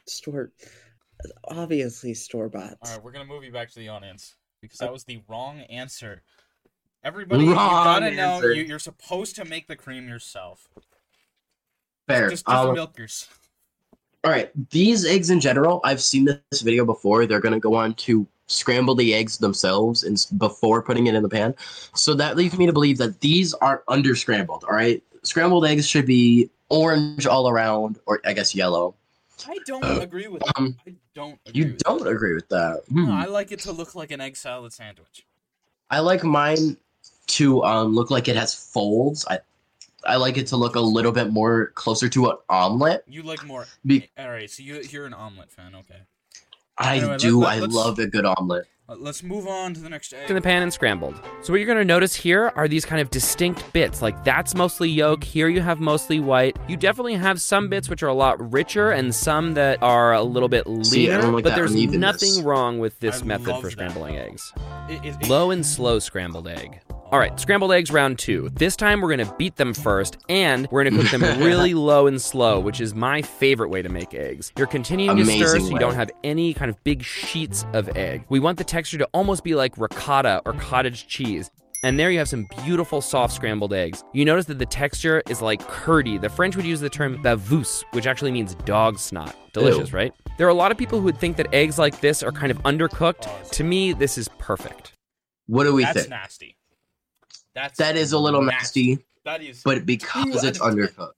[SPEAKER 6] Store, obviously store bought.
[SPEAKER 5] All right, we're gonna move you back to the audience because
[SPEAKER 6] Uh,
[SPEAKER 5] that was the wrong answer. Everybody, you gotta
[SPEAKER 1] Wrong
[SPEAKER 5] know
[SPEAKER 1] answer.
[SPEAKER 5] you, you're supposed to make the cream yourself.
[SPEAKER 1] fair.
[SPEAKER 5] Just, just
[SPEAKER 1] Um,
[SPEAKER 5] milk yourself.
[SPEAKER 1] All right, these eggs in general, I've seen this video before. They're gonna go on to scramble the eggs themselves and s- before putting it in the pan. So that leads me to believe that these are under scrambled. All right, scrambled eggs should be orange all around, or I guess yellow.
[SPEAKER 5] I don't
[SPEAKER 1] uh,
[SPEAKER 5] agree with.
[SPEAKER 1] um,
[SPEAKER 5] I don't. Agree
[SPEAKER 1] You
[SPEAKER 5] with
[SPEAKER 1] don't agree with that.
[SPEAKER 5] That.
[SPEAKER 1] Hmm.
[SPEAKER 5] Hmm. No, I like it to look like an egg salad sandwich.
[SPEAKER 1] I like mine to um, look like it has folds. I I like it to look a little bit more closer to an omelet.
[SPEAKER 5] You like more.
[SPEAKER 1] Be-
[SPEAKER 5] All right, so you you're an omelet fan. Okay,
[SPEAKER 1] I
[SPEAKER 5] Anyway, let-
[SPEAKER 1] do.
[SPEAKER 5] let-
[SPEAKER 1] I
[SPEAKER 5] let's-
[SPEAKER 1] love a good omelet.
[SPEAKER 5] Uh, let's move on to the next egg.
[SPEAKER 3] in the pan and scrambled. So what you're going to notice here are these kind of distinct bits. Like that's mostly yolk, here you have mostly white. You definitely have some bits which are a lot richer and some that are a little bit leaner,
[SPEAKER 1] See, I don't like
[SPEAKER 3] but
[SPEAKER 1] that
[SPEAKER 3] there's
[SPEAKER 1] unevenness.
[SPEAKER 3] nothing wrong with this
[SPEAKER 5] I
[SPEAKER 3] method
[SPEAKER 5] love
[SPEAKER 3] for
[SPEAKER 5] that,
[SPEAKER 3] scrambling
[SPEAKER 5] though.
[SPEAKER 3] eggs.
[SPEAKER 5] It- it- it-
[SPEAKER 3] Low and slow scrambled egg. All right, scrambled eggs round two. This time we're gonna beat them first, and we're gonna cook them really low and slow, which is my favorite way to make eggs. You're continuing to stir
[SPEAKER 1] Amazing
[SPEAKER 3] so you
[SPEAKER 1] way.
[SPEAKER 3] don't have any kind of big sheets of egg. We want the texture to almost be like ricotta or cottage cheese. And there you have some beautiful soft scrambled eggs. You notice that the texture is like curdy. The French would use the term bavousse, which actually means dog snot. Delicious, right? There are a lot of people who would think that eggs like this are kind of undercooked. To me, this is perfect.
[SPEAKER 1] What do we
[SPEAKER 5] That's
[SPEAKER 1] think?
[SPEAKER 5] nasty. That's
[SPEAKER 1] That is a little nasty,
[SPEAKER 5] That is
[SPEAKER 1] but because
[SPEAKER 5] Ooh,
[SPEAKER 1] it's
[SPEAKER 5] I didn't-
[SPEAKER 1] undercooked.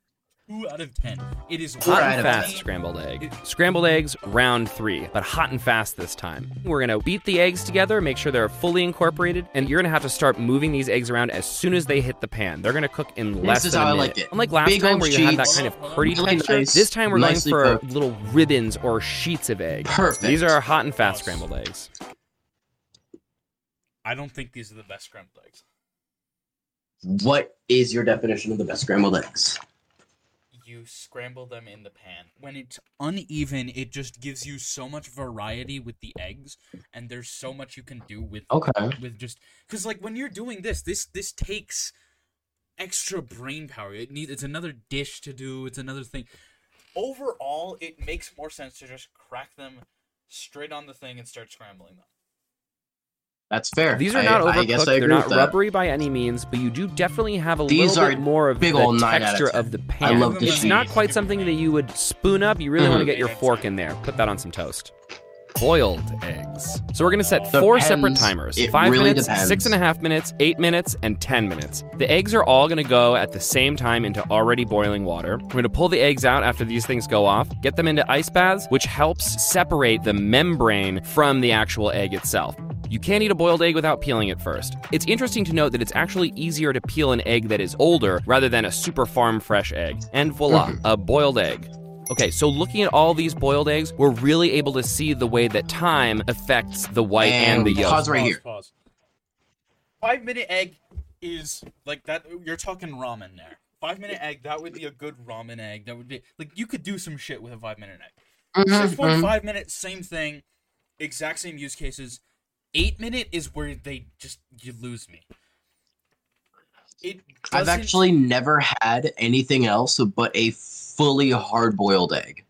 [SPEAKER 5] two out of ten. It is
[SPEAKER 1] Four
[SPEAKER 3] Hot
[SPEAKER 1] out
[SPEAKER 3] and
[SPEAKER 1] of
[SPEAKER 3] fast
[SPEAKER 1] ten.
[SPEAKER 3] scrambled egg. Scrambled eggs, round three, but hot and fast this time. We're gonna beat the eggs together, make sure they're fully incorporated, and you're gonna have to start moving these eggs around as soon as they hit the pan. They're gonna cook in less
[SPEAKER 1] is
[SPEAKER 3] than a
[SPEAKER 1] how I
[SPEAKER 3] minute.
[SPEAKER 1] like it.
[SPEAKER 3] Unlike last
[SPEAKER 1] Big
[SPEAKER 3] time
[SPEAKER 1] old
[SPEAKER 3] where you had that
[SPEAKER 1] sheets.
[SPEAKER 3] kind of curdy
[SPEAKER 1] Really
[SPEAKER 3] texture,
[SPEAKER 1] nice,
[SPEAKER 3] this time we're going
[SPEAKER 1] nicely
[SPEAKER 3] for
[SPEAKER 1] cooked.
[SPEAKER 3] little ribbons or sheets of egg.
[SPEAKER 1] Perfect.
[SPEAKER 3] These are hot and fast
[SPEAKER 5] Nice.
[SPEAKER 3] scrambled eggs.
[SPEAKER 5] I don't think these are the best scrambled eggs.
[SPEAKER 1] What is your definition of the best scrambled eggs?
[SPEAKER 5] You scramble them in the pan. When it's uneven, it just gives you so much variety with the eggs, and there's so much you can do with
[SPEAKER 1] Okay.
[SPEAKER 5] with just because like when you're doing this, this this takes extra brain power. It needs it's another dish to do. It's another thing. Overall, it makes more sense to just crack them straight on the thing and start scrambling them.
[SPEAKER 1] That's fair.
[SPEAKER 3] These are
[SPEAKER 1] I-
[SPEAKER 3] not
[SPEAKER 1] I
[SPEAKER 3] overcooked.
[SPEAKER 1] guess I
[SPEAKER 3] They're
[SPEAKER 1] agree
[SPEAKER 3] not
[SPEAKER 1] with that.
[SPEAKER 3] rubbery by any means, but you do definitely have a
[SPEAKER 1] These
[SPEAKER 3] little
[SPEAKER 1] are
[SPEAKER 3] bit more of
[SPEAKER 1] big
[SPEAKER 3] the
[SPEAKER 1] ol' nine out of
[SPEAKER 3] texture
[SPEAKER 1] 10.
[SPEAKER 3] of the pan.
[SPEAKER 1] love
[SPEAKER 5] this
[SPEAKER 3] It's not
[SPEAKER 5] cheese.
[SPEAKER 3] quite something that you would spoon up. You really want to
[SPEAKER 1] Mhm.
[SPEAKER 3] get your fork in there. Put that on some toast. Boiled eggs. So we're going to set
[SPEAKER 1] Depends.
[SPEAKER 3] four separate timers.
[SPEAKER 1] It
[SPEAKER 3] Five
[SPEAKER 1] really
[SPEAKER 3] minutes,
[SPEAKER 1] depends.
[SPEAKER 3] six and a half minutes, eight minutes, and ten minutes. The eggs are all going to go at the same time into already boiling water. We're going to pull the eggs out after these things go off, get them into ice baths, which helps separate the membrane from the actual egg itself. You can't eat a boiled egg without peeling it first. It's interesting to note that it's actually easier to peel an egg that is older rather than a super farm fresh egg. And voila, a boiled egg. Okay, so looking at all these boiled eggs, we're really able to see the way that time affects the white
[SPEAKER 1] And
[SPEAKER 3] and, the yolk.
[SPEAKER 1] pause right
[SPEAKER 5] pause,
[SPEAKER 1] here.
[SPEAKER 5] Pause. Five minute egg is like that. You're talking ramen there. Five minute egg. That would be a good ramen egg. That would be like you could do some shit with a five minute egg.
[SPEAKER 1] Mm-hmm,
[SPEAKER 5] Six point five minutes, same thing, exact same use cases. Eight minute is where they just you lose me. It
[SPEAKER 1] I've
[SPEAKER 5] doesn't-
[SPEAKER 1] actually never had anything else but a fully hard boiled egg.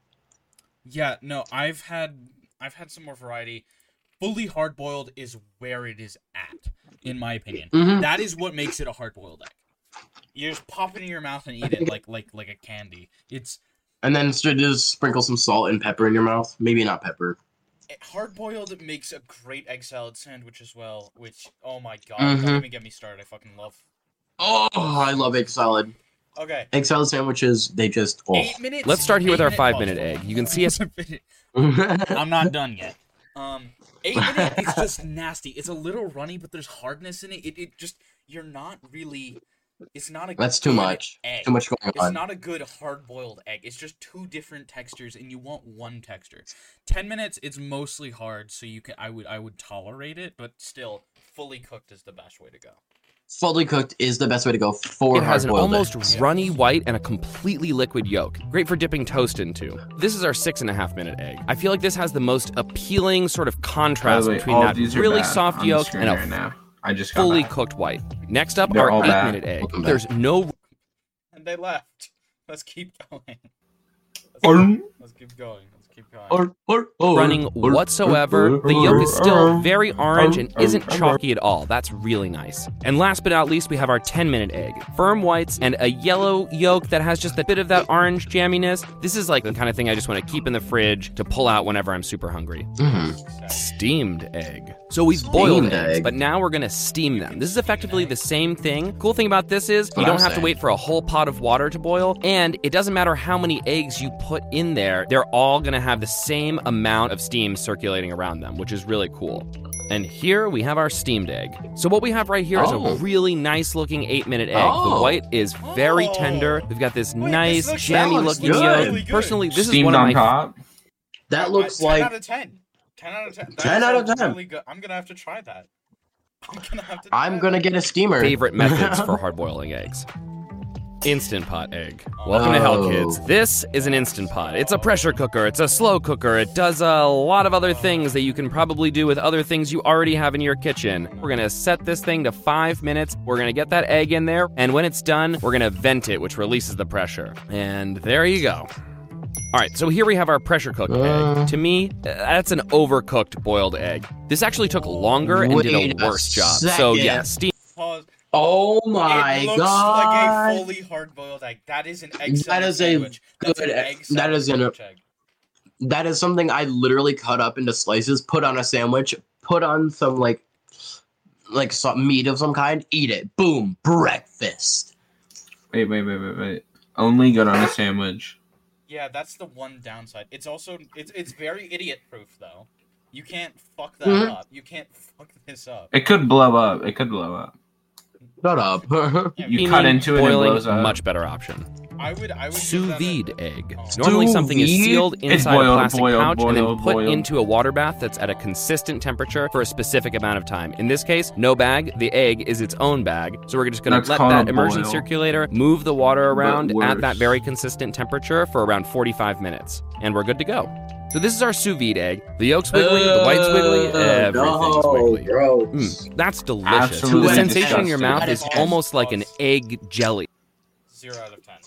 [SPEAKER 5] yeah no I've had I've had some more variety. Fully hard boiled is where it is at, in my opinion.
[SPEAKER 1] Mhm.
[SPEAKER 3] Mm-hmm.
[SPEAKER 5] That is what makes it a hard boiled egg. You just pop it in your mouth and eat it like like like a candy. It's
[SPEAKER 1] And then s- just sprinkle some salt and pepper in your mouth. Maybe not pepper.
[SPEAKER 5] hard boiled eh, makes a great egg salad sandwich as well. Which oh my god,
[SPEAKER 1] Mhm.
[SPEAKER 5] don't even get me started. I fucking love.
[SPEAKER 1] Oh, I love egg salad.
[SPEAKER 5] Okay,
[SPEAKER 1] Egg salad sandwiches, they just. Oh.
[SPEAKER 5] eight minutes.
[SPEAKER 3] Let's start here with our
[SPEAKER 5] eight-minute
[SPEAKER 3] five minute
[SPEAKER 5] pause.
[SPEAKER 3] egg. You can see us.
[SPEAKER 1] oh.
[SPEAKER 5] I'm not done yet. Um, eight minute is just nasty. It's a little runny, but there's hardness in it. It, it just you're not really. It's not a.
[SPEAKER 1] That's too
[SPEAKER 5] good
[SPEAKER 1] much.
[SPEAKER 5] Egg.
[SPEAKER 1] Too much going
[SPEAKER 5] It's
[SPEAKER 1] on.
[SPEAKER 5] not a good hard boiled egg. It's just two different textures, and you want one texture. Ten minutes, it's mostly hard, so you can. I would. I would tolerate it, but still, fully cooked is the best way to go.
[SPEAKER 1] Fully cooked is the best way to go for
[SPEAKER 3] It
[SPEAKER 1] hard
[SPEAKER 3] has an
[SPEAKER 1] boiled
[SPEAKER 3] almost runny white and a completely liquid yolk. Great for dipping toast into. This is our six and a half minute egg. I feel like this has the most appealing sort of contrast between that really soft yolk and a
[SPEAKER 4] right now. I just got
[SPEAKER 3] fully
[SPEAKER 4] back.
[SPEAKER 3] cooked white. Next up,
[SPEAKER 4] They're
[SPEAKER 3] our
[SPEAKER 4] all
[SPEAKER 3] eight
[SPEAKER 4] bad.
[SPEAKER 3] minute egg.
[SPEAKER 1] Welcome back.
[SPEAKER 3] There's no
[SPEAKER 5] And they left. Let's keep going. Let's,
[SPEAKER 4] Arm.
[SPEAKER 5] let's keep going. Let's keep going.
[SPEAKER 4] Oh,
[SPEAKER 3] running whatsoever. The yolk is still very orange and isn't chalky at all. That's really nice. And last but not least, we have our 10 minute egg. Firm whites and a yellow yolk that has just a bit of that orange jamminess. This is like the kind of thing I just want to keep in the fridge to pull out whenever I'm super hungry.
[SPEAKER 1] Mhm.
[SPEAKER 3] Steamed egg. So we've boiled
[SPEAKER 1] Steamed
[SPEAKER 3] eggs,
[SPEAKER 1] egg.
[SPEAKER 3] but now we're gonna steam them. This is effectively the same thing. Cool thing about this is you
[SPEAKER 1] what
[SPEAKER 3] don't
[SPEAKER 1] I'm
[SPEAKER 3] have to
[SPEAKER 1] saying.
[SPEAKER 3] wait for a whole pot of water to boil, and it doesn't matter how many eggs you put in there, they're all gonna have the same amount of steam circulating around them, which is really cool. And here we have our steamed egg. So what we have right here is
[SPEAKER 1] Oh.
[SPEAKER 3] a really nice looking eight minute egg. The
[SPEAKER 1] Oh.
[SPEAKER 3] white is very
[SPEAKER 5] Oh.
[SPEAKER 3] tender. We've got this
[SPEAKER 5] Wait, this
[SPEAKER 3] nice
[SPEAKER 5] looks- that
[SPEAKER 3] jammy
[SPEAKER 1] looks
[SPEAKER 3] looking
[SPEAKER 1] good.
[SPEAKER 3] yolk. Personally, this
[SPEAKER 4] Steamed
[SPEAKER 3] is one of
[SPEAKER 4] on
[SPEAKER 3] my
[SPEAKER 4] top.
[SPEAKER 1] That
[SPEAKER 5] I-
[SPEAKER 1] looks
[SPEAKER 5] 10
[SPEAKER 1] like.
[SPEAKER 5] out of 10. 10 out of 10. That
[SPEAKER 1] 10
[SPEAKER 5] is
[SPEAKER 1] out
[SPEAKER 5] a
[SPEAKER 1] of 10.
[SPEAKER 5] Really good. I'm going to have to try that. I'm going to have to try
[SPEAKER 1] I'm gonna
[SPEAKER 5] that.
[SPEAKER 1] get a steamer.
[SPEAKER 3] favorite methods for hard boiling eggs. Instant pot egg.
[SPEAKER 5] Oh.
[SPEAKER 3] Welcome to hell,
[SPEAKER 1] Oh.
[SPEAKER 3] kids. This is an instant pot. It's a pressure cooker, it's a slow cooker, it does a lot of other things that you can probably do with other things you already have in your kitchen. We're gonna set this thing to five minutes, we're gonna get that egg in there, and when it's done, we're gonna vent it, which releases the pressure. And there you go. All right, so here we have our pressure cooked
[SPEAKER 1] Uh.
[SPEAKER 3] egg. To me, uh, that's an overcooked boiled egg. This actually took longer and
[SPEAKER 1] Wait
[SPEAKER 3] did a
[SPEAKER 1] a
[SPEAKER 3] worse job. So
[SPEAKER 1] second.
[SPEAKER 3] yeah, steam.
[SPEAKER 5] Pause.
[SPEAKER 1] oh my
[SPEAKER 5] it looks
[SPEAKER 1] god!
[SPEAKER 5] like a fully hard boiled egg. That is an egg
[SPEAKER 1] That
[SPEAKER 5] salad
[SPEAKER 1] is a
[SPEAKER 5] sandwich. That's
[SPEAKER 1] good
[SPEAKER 5] an
[SPEAKER 1] egg-
[SPEAKER 5] egg
[SPEAKER 1] that
[SPEAKER 5] salad
[SPEAKER 1] is an-
[SPEAKER 5] sandwich egg.
[SPEAKER 1] that is something I literally cut up into slices, put on a sandwich, put on some like like some meat of some kind, eat it. Boom, breakfast.
[SPEAKER 4] Wait, wait, wait, wait, wait. Only good on a sandwich.
[SPEAKER 5] Yeah, that's the one downside. It's also it's it's very idiot proof though. You can't fuck that
[SPEAKER 1] Mhm.
[SPEAKER 5] up. You can't fuck this up.
[SPEAKER 4] It could blow up. It could blow up.
[SPEAKER 1] Shut up.
[SPEAKER 5] Yeah,
[SPEAKER 4] You
[SPEAKER 5] we-
[SPEAKER 4] cut
[SPEAKER 3] steaming,
[SPEAKER 4] into it and it
[SPEAKER 3] boiling,
[SPEAKER 4] blows up.
[SPEAKER 3] much better option.
[SPEAKER 5] I would I would give
[SPEAKER 3] Sous
[SPEAKER 5] that a-
[SPEAKER 3] vide egg.
[SPEAKER 5] Oh.
[SPEAKER 3] Normally,
[SPEAKER 1] Sous
[SPEAKER 3] something is
[SPEAKER 1] vide?
[SPEAKER 3] sealed
[SPEAKER 4] It's
[SPEAKER 3] inside a
[SPEAKER 4] boiled,
[SPEAKER 3] plastic
[SPEAKER 4] boiled,
[SPEAKER 3] pouch and then
[SPEAKER 4] boiled,
[SPEAKER 3] put
[SPEAKER 4] boiled.
[SPEAKER 3] into a water bath that's at a consistent temperature for a specific amount of time. In this case, no bag. The egg is its own bag. So we're just going
[SPEAKER 4] That's
[SPEAKER 3] to let
[SPEAKER 4] called
[SPEAKER 3] that
[SPEAKER 4] a
[SPEAKER 3] immersion
[SPEAKER 4] boil.
[SPEAKER 3] circulator move the water around
[SPEAKER 4] worse.
[SPEAKER 3] at that very consistent temperature for around 45 minutes, and we're good to go. So this is our sous vide egg. The yolk's wiggly, the white's wiggly,
[SPEAKER 1] Uh, Oh,
[SPEAKER 3] everything's wiggly.
[SPEAKER 1] bro.
[SPEAKER 3] Mm, that's delicious.
[SPEAKER 4] Absolutely
[SPEAKER 3] the sensation in your
[SPEAKER 4] disgusting.
[SPEAKER 3] mouth
[SPEAKER 1] That
[SPEAKER 3] is
[SPEAKER 1] is
[SPEAKER 3] almost like an egg jelly.
[SPEAKER 5] Zero out of ten.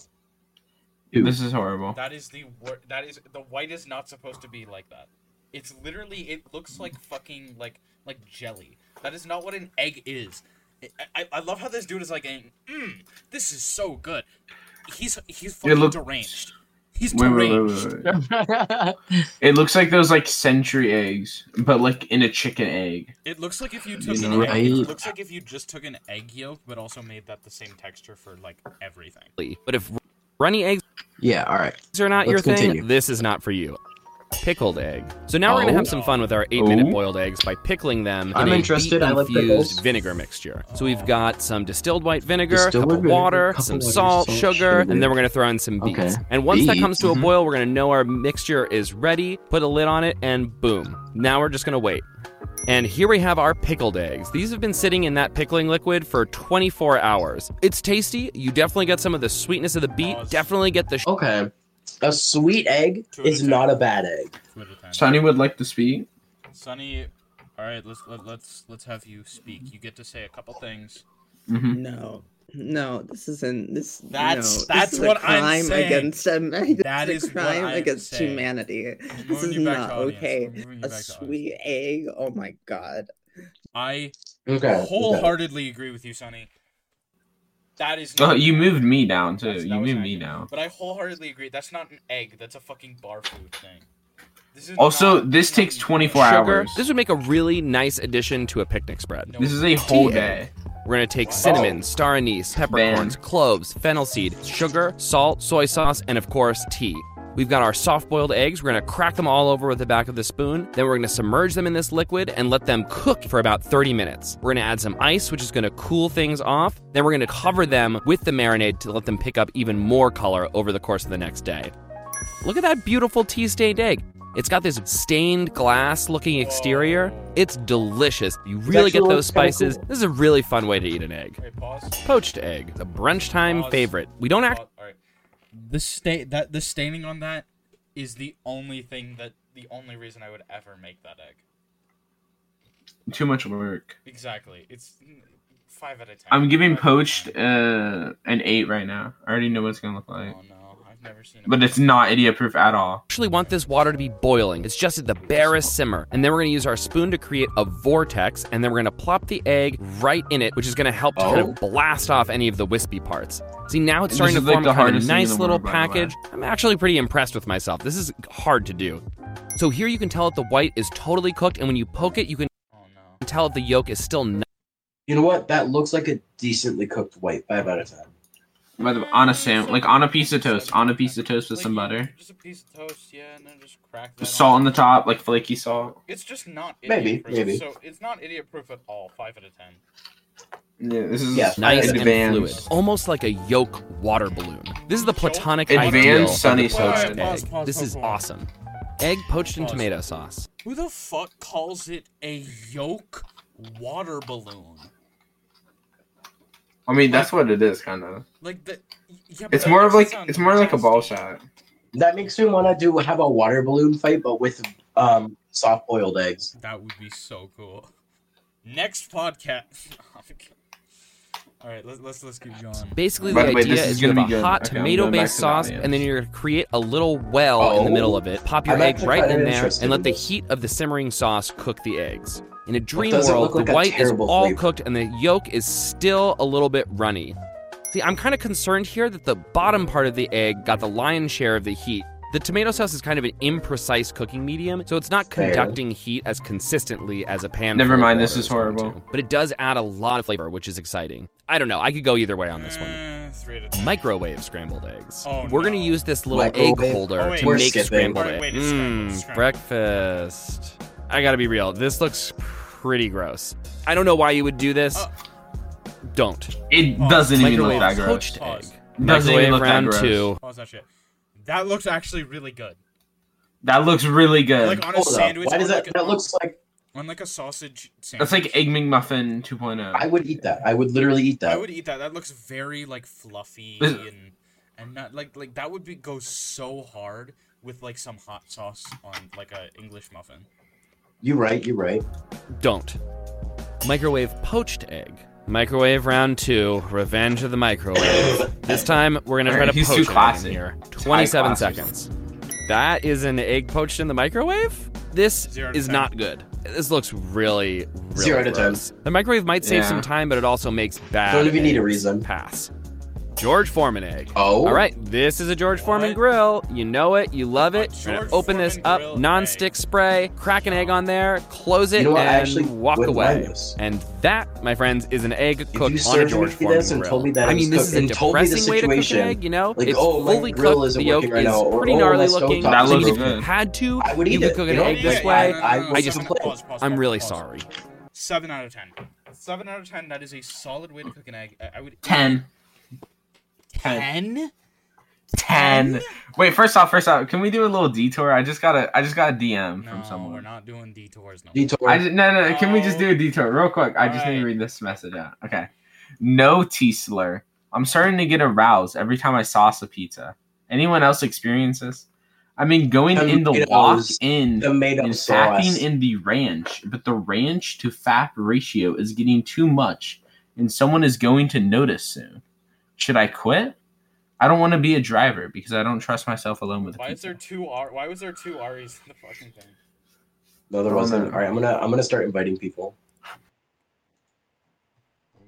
[SPEAKER 1] Dude.
[SPEAKER 4] This is horrible.
[SPEAKER 5] That is the wor- that is the white is not supposed to be like that. It's literally it looks like fucking like like jelly. That is not what an egg is. I, I, I love how this dude is like, going, mm, this is so good. He's he's fucking
[SPEAKER 4] look-
[SPEAKER 5] deranged. He's
[SPEAKER 4] Wait, wait,
[SPEAKER 5] deranged.
[SPEAKER 4] wait, wait, wait.
[SPEAKER 3] Hmm.
[SPEAKER 4] It looks like those like century eggs, but like in a chicken egg.
[SPEAKER 5] It looks like if you took
[SPEAKER 4] You
[SPEAKER 5] an
[SPEAKER 4] know,
[SPEAKER 5] egg, it
[SPEAKER 1] right?
[SPEAKER 5] looks like if you just took an egg yolk, but also made that the same texture for like everything.
[SPEAKER 3] But if runny eggs
[SPEAKER 1] yeah, all right.
[SPEAKER 3] are not
[SPEAKER 1] Let's
[SPEAKER 3] your thing,
[SPEAKER 1] continue.
[SPEAKER 3] this is not for you. Pickled egg. So now we're gonna
[SPEAKER 1] Oh.
[SPEAKER 3] have some fun with our eight-minute
[SPEAKER 4] Oh.
[SPEAKER 3] boiled eggs by pickling them
[SPEAKER 1] I'm
[SPEAKER 3] in a
[SPEAKER 1] interested, I love pickles.
[SPEAKER 3] infused vinegar mixture. So we've got some distilled white vinegar, a
[SPEAKER 1] Distilled
[SPEAKER 3] cup of
[SPEAKER 1] vinegar,
[SPEAKER 3] water,
[SPEAKER 1] cup of
[SPEAKER 3] some
[SPEAKER 1] water,
[SPEAKER 3] salt,
[SPEAKER 1] salt,
[SPEAKER 3] sugar, and
[SPEAKER 1] sugar.
[SPEAKER 3] then we're gonna throw in some beets.
[SPEAKER 1] Okay.
[SPEAKER 3] And once
[SPEAKER 1] Beets,
[SPEAKER 3] that
[SPEAKER 1] mm-hmm.
[SPEAKER 3] comes to a
[SPEAKER 4] mhm.
[SPEAKER 3] boil, we're gonna know our mixture is ready. Put a lid on it, and boom. Now we're just gonna wait. And here we have our pickled eggs. These have been sitting in that pickling liquid for 24 hours. It's tasty. You definitely get some of the sweetness of the beet.
[SPEAKER 5] Oh, it's-
[SPEAKER 3] Definitely get the sh-
[SPEAKER 1] Okay. A sweet egg
[SPEAKER 5] Two out
[SPEAKER 1] is
[SPEAKER 5] of ten.
[SPEAKER 1] not a bad egg.
[SPEAKER 5] Two at a time.
[SPEAKER 4] Sonny would like to speak.
[SPEAKER 5] Sonny, all right, let's let, let's let's have you speak. You get to say a couple things.
[SPEAKER 4] Mhm.
[SPEAKER 6] No, no, this isn't this.
[SPEAKER 5] That's-
[SPEAKER 6] no,
[SPEAKER 5] that's
[SPEAKER 6] this is
[SPEAKER 5] what
[SPEAKER 6] a
[SPEAKER 5] I'm
[SPEAKER 6] crime
[SPEAKER 5] saying.
[SPEAKER 6] against um, this
[SPEAKER 5] That
[SPEAKER 6] is
[SPEAKER 5] is
[SPEAKER 6] a
[SPEAKER 5] what
[SPEAKER 6] crime
[SPEAKER 5] I'm
[SPEAKER 6] against
[SPEAKER 5] saying.
[SPEAKER 6] humanity.
[SPEAKER 5] We're
[SPEAKER 6] This
[SPEAKER 5] moving
[SPEAKER 6] is
[SPEAKER 5] you back
[SPEAKER 6] not
[SPEAKER 5] to audience.
[SPEAKER 6] okay.
[SPEAKER 5] We're moving you
[SPEAKER 6] A
[SPEAKER 5] back to audience.
[SPEAKER 6] sweet egg. Oh my god.
[SPEAKER 5] I
[SPEAKER 1] Okay.
[SPEAKER 5] wholeheartedly agree with you, Sonny. That is
[SPEAKER 4] Oh,
[SPEAKER 5] not-
[SPEAKER 4] you moved me down too.
[SPEAKER 5] That's- that
[SPEAKER 4] you
[SPEAKER 5] was
[SPEAKER 4] moved
[SPEAKER 5] an
[SPEAKER 4] me
[SPEAKER 5] egg.
[SPEAKER 4] down.
[SPEAKER 5] But I wholeheartedly agree. That's not an egg. That's a fucking bar food thing. This is
[SPEAKER 4] Also,
[SPEAKER 5] not-
[SPEAKER 4] this
[SPEAKER 5] not
[SPEAKER 4] takes
[SPEAKER 5] even a-
[SPEAKER 4] 24
[SPEAKER 3] sugar.
[SPEAKER 4] hours.
[SPEAKER 3] This would make a really nice addition to a picnic spread.
[SPEAKER 5] No.
[SPEAKER 4] This is a whole
[SPEAKER 3] Tea
[SPEAKER 4] day.
[SPEAKER 3] egg. We're gonna take
[SPEAKER 5] Wow.
[SPEAKER 3] cinnamon, star anise, peppercorns, cloves, fennel seed, sugar, salt, soy sauce, and of course, tea. We've got our soft boiled eggs. We're gonna crack them all over with the back of the spoon. Then we're gonna submerge them in this liquid and let them cook for about 30 minutes. We're gonna add some ice, which is gonna cool things off. Then we're gonna cover them with the marinade to let them pick up even more color over the course of the next day. Look at that beautiful tea stained egg. It's got this stained glass looking exterior. It's delicious. You really get
[SPEAKER 1] actually
[SPEAKER 3] those
[SPEAKER 1] looks kinda
[SPEAKER 3] spices.
[SPEAKER 1] cool.
[SPEAKER 3] This is a really fun way to eat an egg.
[SPEAKER 5] Wait, pause.
[SPEAKER 3] Poached egg, a brunch time
[SPEAKER 5] Pause.
[SPEAKER 3] favorite. We don't act.
[SPEAKER 5] All right. The stain that the staining on that is the only thing that the only reason I would ever make that egg.
[SPEAKER 4] Too much work.
[SPEAKER 5] Exactly. It's mm, five out of ten.
[SPEAKER 4] I'm giving
[SPEAKER 5] Five out of
[SPEAKER 4] poached
[SPEAKER 5] ten.
[SPEAKER 4] uh, an eight right now. I already know what it's gonna look like,
[SPEAKER 5] Oh no, I've never seen. a
[SPEAKER 4] but it's not idiot proof at all.
[SPEAKER 3] Actually, want this water to be boiling. It's just at the barest simmer, and then we're gonna use our spoon to create a vortex, and then we're gonna plop the egg right in it, which is gonna help to kind of blast off any of the wispy parts. See, now it's
[SPEAKER 4] Oh. This
[SPEAKER 3] starting to
[SPEAKER 4] is, like,
[SPEAKER 3] form
[SPEAKER 4] the
[SPEAKER 3] kind of a
[SPEAKER 4] hardest thing in
[SPEAKER 3] nice
[SPEAKER 4] the
[SPEAKER 3] little
[SPEAKER 4] world, by the way.
[SPEAKER 3] package. I'm actually pretty impressed with myself. This is hard to do. So here you can tell that the white is totally cooked, and when you poke it, you can
[SPEAKER 5] Oh no.
[SPEAKER 3] tell that the yolk is still not.
[SPEAKER 1] You know what? That looks like a decently cooked white. Five out of ten.
[SPEAKER 4] By the- on a sam, like on a piece of toast, on a piece of toast with
[SPEAKER 5] Like,
[SPEAKER 4] some
[SPEAKER 5] you-
[SPEAKER 4] butter,
[SPEAKER 5] Just a piece of toast, yeah, and then just crack that.
[SPEAKER 4] Just salt on the top, like flaky salt.
[SPEAKER 5] It's just not idiot
[SPEAKER 1] Maybe,
[SPEAKER 5] proof.
[SPEAKER 1] maybe.
[SPEAKER 5] So it's not idiot proof at all. Five out of ten.
[SPEAKER 4] Yeah, this is
[SPEAKER 1] Yeah,
[SPEAKER 3] nice and
[SPEAKER 1] Right.
[SPEAKER 3] fluid,
[SPEAKER 4] advanced.
[SPEAKER 3] almost like a yolk water balloon. This is the platonic
[SPEAKER 4] Advanced
[SPEAKER 3] ideal
[SPEAKER 4] sunny
[SPEAKER 3] of the poached
[SPEAKER 4] side.
[SPEAKER 3] egg.
[SPEAKER 5] Pause, pause,
[SPEAKER 3] this
[SPEAKER 5] pause,
[SPEAKER 3] is
[SPEAKER 5] pause.
[SPEAKER 3] awesome. Egg poached in
[SPEAKER 5] Pause.
[SPEAKER 3] tomato sauce.
[SPEAKER 5] Who the fuck calls it a yolk water balloon?
[SPEAKER 4] I mean, that's what it is, kind of.
[SPEAKER 5] Like the. Yeah, but
[SPEAKER 4] It's
[SPEAKER 5] that
[SPEAKER 4] more of
[SPEAKER 5] makes
[SPEAKER 4] like
[SPEAKER 5] it sound
[SPEAKER 4] it's more like a ball
[SPEAKER 5] nasty.
[SPEAKER 4] shot.
[SPEAKER 1] That makes me want to do have a water balloon fight, but with um soft boiled eggs.
[SPEAKER 5] That would be so cool. Next podcast. All right, let's let's let's keep going.
[SPEAKER 3] Basically,
[SPEAKER 4] By
[SPEAKER 3] the
[SPEAKER 4] the way,
[SPEAKER 3] idea
[SPEAKER 4] this is
[SPEAKER 3] is you
[SPEAKER 4] gonna
[SPEAKER 3] have
[SPEAKER 4] be
[SPEAKER 3] a
[SPEAKER 4] good.
[SPEAKER 3] hot
[SPEAKER 4] Okay, I'm going back
[SPEAKER 3] tomato-based
[SPEAKER 4] to the
[SPEAKER 3] sauce,
[SPEAKER 4] audience.
[SPEAKER 3] and then you're gonna create a little well in the
[SPEAKER 1] Oh.
[SPEAKER 3] middle of it. Pop your
[SPEAKER 1] I'm
[SPEAKER 3] egg
[SPEAKER 1] actually
[SPEAKER 3] right
[SPEAKER 1] kinda
[SPEAKER 3] in there,
[SPEAKER 1] interested
[SPEAKER 3] and let
[SPEAKER 1] in
[SPEAKER 3] the
[SPEAKER 1] this.
[SPEAKER 3] heat of the simmering sauce cook the eggs. In a dream
[SPEAKER 1] doesn't
[SPEAKER 3] world,
[SPEAKER 1] look like
[SPEAKER 3] the
[SPEAKER 1] a
[SPEAKER 3] white is
[SPEAKER 1] terrible
[SPEAKER 3] all
[SPEAKER 1] flavor.
[SPEAKER 3] cooked, and the yolk is still a little bit runny. See, I'm kind of concerned here that the bottom part of the egg got the lion's share of the heat. The tomato sauce is kind of an imprecise cooking medium, so it's not
[SPEAKER 1] Fair.
[SPEAKER 3] conducting heat as consistently as a pan.
[SPEAKER 4] Never
[SPEAKER 3] full of
[SPEAKER 4] mind, this
[SPEAKER 3] water
[SPEAKER 4] is
[SPEAKER 3] going
[SPEAKER 4] horrible.
[SPEAKER 3] to. But it does add a lot of flavor, which is exciting. I don't know. I could go either way on this one
[SPEAKER 5] Eh, three out of ten.
[SPEAKER 3] microwave scrambled eggs.
[SPEAKER 5] Oh,
[SPEAKER 3] We're
[SPEAKER 5] no.
[SPEAKER 3] gonna use this little egg
[SPEAKER 1] Microwave-
[SPEAKER 3] holder
[SPEAKER 5] Oh, wait.
[SPEAKER 3] to
[SPEAKER 5] We're
[SPEAKER 3] make
[SPEAKER 1] skipping.
[SPEAKER 3] scrambled
[SPEAKER 5] Wait, wait,
[SPEAKER 3] eggs.
[SPEAKER 5] it's scrambled, it's
[SPEAKER 3] Mm,
[SPEAKER 5] scrambled.
[SPEAKER 3] breakfast. I gotta be real. This looks pretty gross. I don't know why you would do this.
[SPEAKER 5] Oh.
[SPEAKER 3] Don't.
[SPEAKER 4] It
[SPEAKER 5] Pause.
[SPEAKER 4] doesn't even
[SPEAKER 3] Microwave
[SPEAKER 4] look that gross.
[SPEAKER 3] poached egg.
[SPEAKER 5] Pause.
[SPEAKER 4] Doesn't
[SPEAKER 3] Microwave
[SPEAKER 4] even look that
[SPEAKER 3] round
[SPEAKER 4] gross.
[SPEAKER 3] two.
[SPEAKER 5] Pause that shit. That looks actually really good.
[SPEAKER 4] That looks really good.
[SPEAKER 5] Like on a
[SPEAKER 1] Hold up.
[SPEAKER 5] sandwich.
[SPEAKER 1] Why does
[SPEAKER 5] on
[SPEAKER 1] that?
[SPEAKER 5] like a-
[SPEAKER 1] That looks like
[SPEAKER 5] on like a sausage sandwich.
[SPEAKER 4] That's like Egg McMuffin oh. 2.0.
[SPEAKER 1] I would eat that. I would literally eat that.
[SPEAKER 5] I would eat that. That looks very like fluffy
[SPEAKER 4] This-
[SPEAKER 5] and and not like like that would be go so hard with like some hot sauce on like a English muffin.
[SPEAKER 1] You're right. You're right.
[SPEAKER 3] Don't. Microwave poached egg. Microwave round two. Revenge of the microwave. this time we're gonna try
[SPEAKER 4] Alright,
[SPEAKER 3] to
[SPEAKER 4] he's
[SPEAKER 3] poach
[SPEAKER 4] too
[SPEAKER 3] it in
[SPEAKER 4] classy.
[SPEAKER 3] here.
[SPEAKER 4] high
[SPEAKER 3] Twenty-seven
[SPEAKER 4] classy.
[SPEAKER 3] seconds. That is an egg poached in the microwave. This
[SPEAKER 5] Zero to
[SPEAKER 3] is
[SPEAKER 5] ten.
[SPEAKER 3] not good. This looks really, really
[SPEAKER 1] Zero to
[SPEAKER 3] gross. The microwave might save
[SPEAKER 4] Yeah.
[SPEAKER 3] some time, but it also makes bad.
[SPEAKER 1] Don't even need a
[SPEAKER 3] eggs
[SPEAKER 1] reason.
[SPEAKER 3] Pass. George Foreman egg.
[SPEAKER 1] Oh,
[SPEAKER 3] All right, this is a George Foreman
[SPEAKER 5] What?
[SPEAKER 3] grill. You know it, you love it.
[SPEAKER 5] A
[SPEAKER 3] You're gonna
[SPEAKER 5] George
[SPEAKER 3] open this
[SPEAKER 5] Foreman
[SPEAKER 3] up,
[SPEAKER 5] grill
[SPEAKER 3] non-stick
[SPEAKER 5] egg.
[SPEAKER 3] spray, crack an egg on there, close
[SPEAKER 1] You
[SPEAKER 3] it,
[SPEAKER 1] know what? I
[SPEAKER 3] and
[SPEAKER 1] actually
[SPEAKER 3] walk
[SPEAKER 1] wouldn't
[SPEAKER 3] away.
[SPEAKER 1] mind this.
[SPEAKER 3] And that, my friends, is an egg
[SPEAKER 1] If
[SPEAKER 3] cooked
[SPEAKER 1] you
[SPEAKER 3] on a
[SPEAKER 1] served
[SPEAKER 3] George
[SPEAKER 1] me
[SPEAKER 3] Foreman
[SPEAKER 1] this and
[SPEAKER 3] grill.
[SPEAKER 1] told me that
[SPEAKER 3] I
[SPEAKER 1] it was
[SPEAKER 3] mean, this
[SPEAKER 1] cooked
[SPEAKER 3] is a
[SPEAKER 1] and told me the
[SPEAKER 3] depressing way to cook an
[SPEAKER 1] situation,
[SPEAKER 3] egg. You know,
[SPEAKER 1] like,
[SPEAKER 3] it's
[SPEAKER 1] oh, my
[SPEAKER 3] fully
[SPEAKER 1] grill
[SPEAKER 3] cooked.
[SPEAKER 1] isn't
[SPEAKER 3] The yolk
[SPEAKER 1] working right
[SPEAKER 3] is
[SPEAKER 1] now, or,
[SPEAKER 3] pretty
[SPEAKER 1] oh, my
[SPEAKER 3] gnarly looking.
[SPEAKER 1] stovetop
[SPEAKER 4] That
[SPEAKER 3] I mean,
[SPEAKER 4] looks
[SPEAKER 3] if you
[SPEAKER 4] good.
[SPEAKER 3] had to,
[SPEAKER 1] I would
[SPEAKER 3] you
[SPEAKER 1] eat
[SPEAKER 3] could
[SPEAKER 1] it.
[SPEAKER 3] cook
[SPEAKER 1] You
[SPEAKER 3] an
[SPEAKER 1] know,
[SPEAKER 3] egg this
[SPEAKER 1] yeah,
[SPEAKER 3] way.
[SPEAKER 1] I- I
[SPEAKER 5] no, no,
[SPEAKER 1] I just
[SPEAKER 5] no, Oh, seven-
[SPEAKER 1] complained.
[SPEAKER 5] pause, pause,
[SPEAKER 3] I'm
[SPEAKER 5] pause,
[SPEAKER 3] really
[SPEAKER 5] pause.
[SPEAKER 3] sorry.
[SPEAKER 5] Seven out of ten. Seven out of ten. That is a solid way to cook an egg. I, I would.
[SPEAKER 4] Ten. Ten.
[SPEAKER 5] Ten.
[SPEAKER 4] Ten. Wait, first off, first off, can we do a little detour? I just got a, I just got a DM
[SPEAKER 5] No,
[SPEAKER 4] from someone.
[SPEAKER 5] we're not doing detours. No.
[SPEAKER 1] Detour.
[SPEAKER 4] I just, no, no, no, Can we just
[SPEAKER 5] No.
[SPEAKER 4] do a detour real quick? I just need to
[SPEAKER 5] Alright.
[SPEAKER 4] read this message out. Okay. No T slur. I'm starting to get aroused every time I sauce a pizza. Anyone else experience this? I mean, going in the
[SPEAKER 1] Tomatoes.
[SPEAKER 4] walk in
[SPEAKER 1] tomato
[SPEAKER 4] is fapping
[SPEAKER 1] sauce.
[SPEAKER 4] in the ranch, but the ranch to fap ratio is getting too much, and someone is going to notice soon. Should I quit? I don't want to be a driver because I don't trust myself alone with a
[SPEAKER 5] Why is there
[SPEAKER 4] pizza.
[SPEAKER 5] two R? Why was there two R's in the fucking thing?
[SPEAKER 1] no, there wasn't. All right, I'm gonna I'm gonna start inviting people.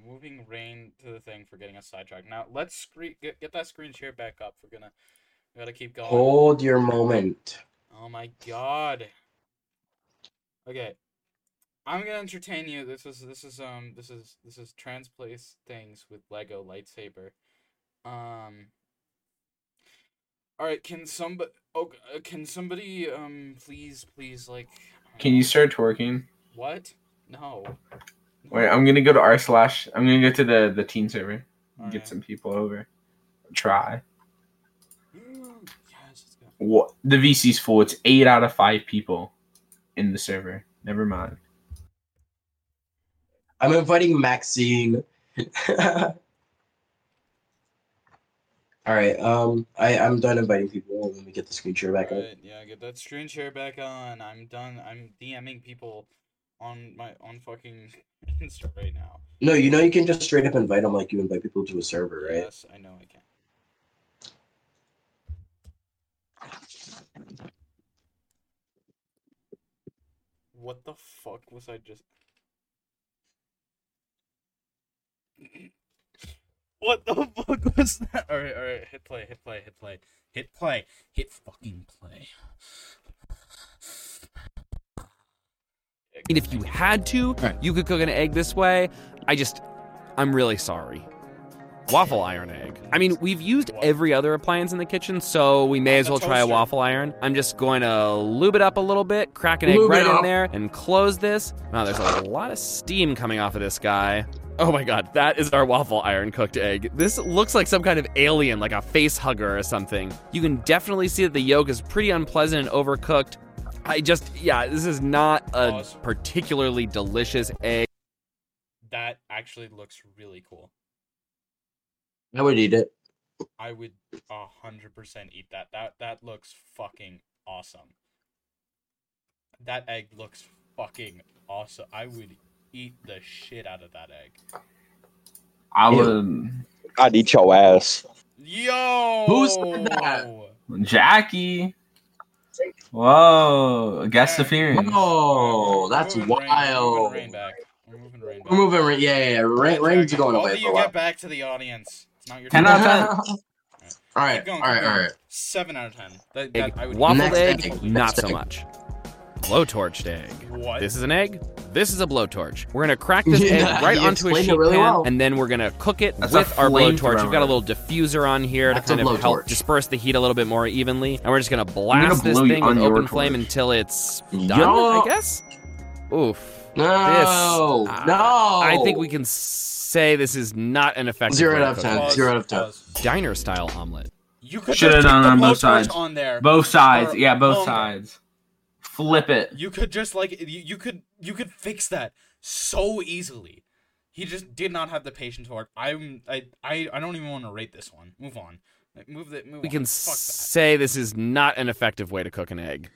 [SPEAKER 5] Moving rain to the thing for getting us sidetracked. Now let's screen get, get that screen share back up. We're gonna we gotta keep going. Oh,
[SPEAKER 1] Hold your moment.
[SPEAKER 5] my god. Okay, I'm gonna entertain you. This is this is um this is this is transplace things with Lego lightsaber. Um. All right, can somebody? Oh, uh, can somebody um please please like? um,
[SPEAKER 4] Can you start twerking?
[SPEAKER 5] What? No.
[SPEAKER 4] Wait, I'm gonna go to r slash. I'm gonna go to the the teen server.
[SPEAKER 5] All
[SPEAKER 4] get
[SPEAKER 5] right.
[SPEAKER 4] some people over. Try.
[SPEAKER 5] yes, let's go.
[SPEAKER 4] What the VC's full. It's eight out of five people in the server. Never mind.
[SPEAKER 1] I'm inviting Maxine. All right. Um, I I'm done inviting people. Let me get the screen share back up.
[SPEAKER 5] Alright, yeah, get that screen share back on. I'm done. I'm DMing people on my on fucking Insta right now.
[SPEAKER 1] No, you know you can just straight up invite them like you invite people to a server, right?
[SPEAKER 5] Yes, I know I can. What the fuck was I just? What the fuck was that? All right, all right, hit play, hit play, hit play, hit play, hit fucking play.
[SPEAKER 3] And if you had to, you could cook an egg this way. I just, I'm really sorry. Waffle iron egg. I mean, we've used every other appliance in the kitchen, so we may as well try a
[SPEAKER 5] Toaster.
[SPEAKER 3] waffle iron. I'm just going to lube it up a little bit, crack an egg
[SPEAKER 1] Lube it
[SPEAKER 3] right in
[SPEAKER 1] up.
[SPEAKER 3] there, and close this. Wow, there's a lot of steam coming off of this guy. Oh my god, that is our waffle iron cooked egg. This looks like some kind of alien, like a face hugger or something. You can definitely see that the yolk is pretty unpleasant and overcooked. I just, yeah, this is not a
[SPEAKER 5] Pause.
[SPEAKER 3] particularly delicious egg.
[SPEAKER 5] That actually looks really cool.
[SPEAKER 1] I would eat it.
[SPEAKER 5] I would a hundred percent eat that. That that looks fucking awesome. That egg looks fucking awesome. I would eat the shit out of that egg.
[SPEAKER 4] I
[SPEAKER 1] Ew.
[SPEAKER 4] would.
[SPEAKER 8] I'd eat your ass.
[SPEAKER 5] Yo,
[SPEAKER 1] Who said that?
[SPEAKER 4] Jackie. Whoa, guest
[SPEAKER 5] Yeah.
[SPEAKER 4] appearance.
[SPEAKER 1] Oh, that's
[SPEAKER 5] We're moving
[SPEAKER 1] wild.
[SPEAKER 5] Rain, we're moving rain back. We're moving rain back.
[SPEAKER 1] We're moving. Ra- yeah, yeah, yeah. Ra- Rain's
[SPEAKER 5] Jackie,
[SPEAKER 1] going
[SPEAKER 5] both
[SPEAKER 1] away
[SPEAKER 5] of
[SPEAKER 1] for a
[SPEAKER 5] you
[SPEAKER 1] while.
[SPEAKER 5] get back to the audience. It's not your
[SPEAKER 4] Can
[SPEAKER 5] turn.
[SPEAKER 4] I-
[SPEAKER 1] all
[SPEAKER 4] Not that-
[SPEAKER 5] Keep
[SPEAKER 1] right, all
[SPEAKER 5] going,
[SPEAKER 1] right,
[SPEAKER 5] keep
[SPEAKER 1] all
[SPEAKER 5] going.
[SPEAKER 1] right.
[SPEAKER 5] Seven out of ten. That,
[SPEAKER 3] egg.
[SPEAKER 5] that I would
[SPEAKER 3] Waffled
[SPEAKER 1] Next
[SPEAKER 3] egg,
[SPEAKER 1] egg.
[SPEAKER 3] not
[SPEAKER 1] Next
[SPEAKER 3] so
[SPEAKER 1] egg.
[SPEAKER 3] much. Blowtorched egg.
[SPEAKER 5] What?
[SPEAKER 3] This is an egg. This is a blowtorch. We're gonna crack this egg
[SPEAKER 1] Yeah,
[SPEAKER 3] right
[SPEAKER 1] you
[SPEAKER 3] onto a
[SPEAKER 1] explained it
[SPEAKER 3] sheet
[SPEAKER 1] really
[SPEAKER 3] pan,
[SPEAKER 1] well.
[SPEAKER 3] and then we're gonna cook it
[SPEAKER 4] That's a
[SPEAKER 3] with our blowtorch. We've got a little
[SPEAKER 4] flamethrower.
[SPEAKER 3] diffuser on here
[SPEAKER 1] That's
[SPEAKER 3] to
[SPEAKER 1] a
[SPEAKER 3] kind of help
[SPEAKER 1] blowtorch.
[SPEAKER 3] disperse the heat a little bit more evenly, and we're just gonna blast this
[SPEAKER 4] blow you
[SPEAKER 3] thing
[SPEAKER 4] on
[SPEAKER 3] with
[SPEAKER 4] your
[SPEAKER 3] open flame
[SPEAKER 4] torch.
[SPEAKER 3] until it's done.
[SPEAKER 1] Yo.
[SPEAKER 3] I guess. Oof.
[SPEAKER 1] No,
[SPEAKER 3] This-
[SPEAKER 1] no.
[SPEAKER 3] I think we can say this is not an effective.
[SPEAKER 1] Oh. Zero
[SPEAKER 3] way to
[SPEAKER 1] out of
[SPEAKER 3] cook
[SPEAKER 1] ten.
[SPEAKER 3] it.
[SPEAKER 5] Pause,
[SPEAKER 1] Zero out of ten.
[SPEAKER 5] pause.
[SPEAKER 3] Diner style omelet.
[SPEAKER 5] You could
[SPEAKER 4] Should've
[SPEAKER 5] just
[SPEAKER 4] done
[SPEAKER 5] put
[SPEAKER 4] it on
[SPEAKER 5] the
[SPEAKER 4] both
[SPEAKER 5] blowtorch
[SPEAKER 4] sides.
[SPEAKER 5] on there.
[SPEAKER 4] Both sides.
[SPEAKER 5] Or
[SPEAKER 4] Yeah, both
[SPEAKER 5] longer.
[SPEAKER 4] sides. Flip it.
[SPEAKER 5] You could just like you, you could you could fix that so easily. He just did not have the patience for it. I'm I I, I don't even want to rate this one. Move on. Like, move the move.
[SPEAKER 3] We
[SPEAKER 5] on.
[SPEAKER 3] can
[SPEAKER 5] Fuck that.
[SPEAKER 3] say this is not an effective way to cook an egg.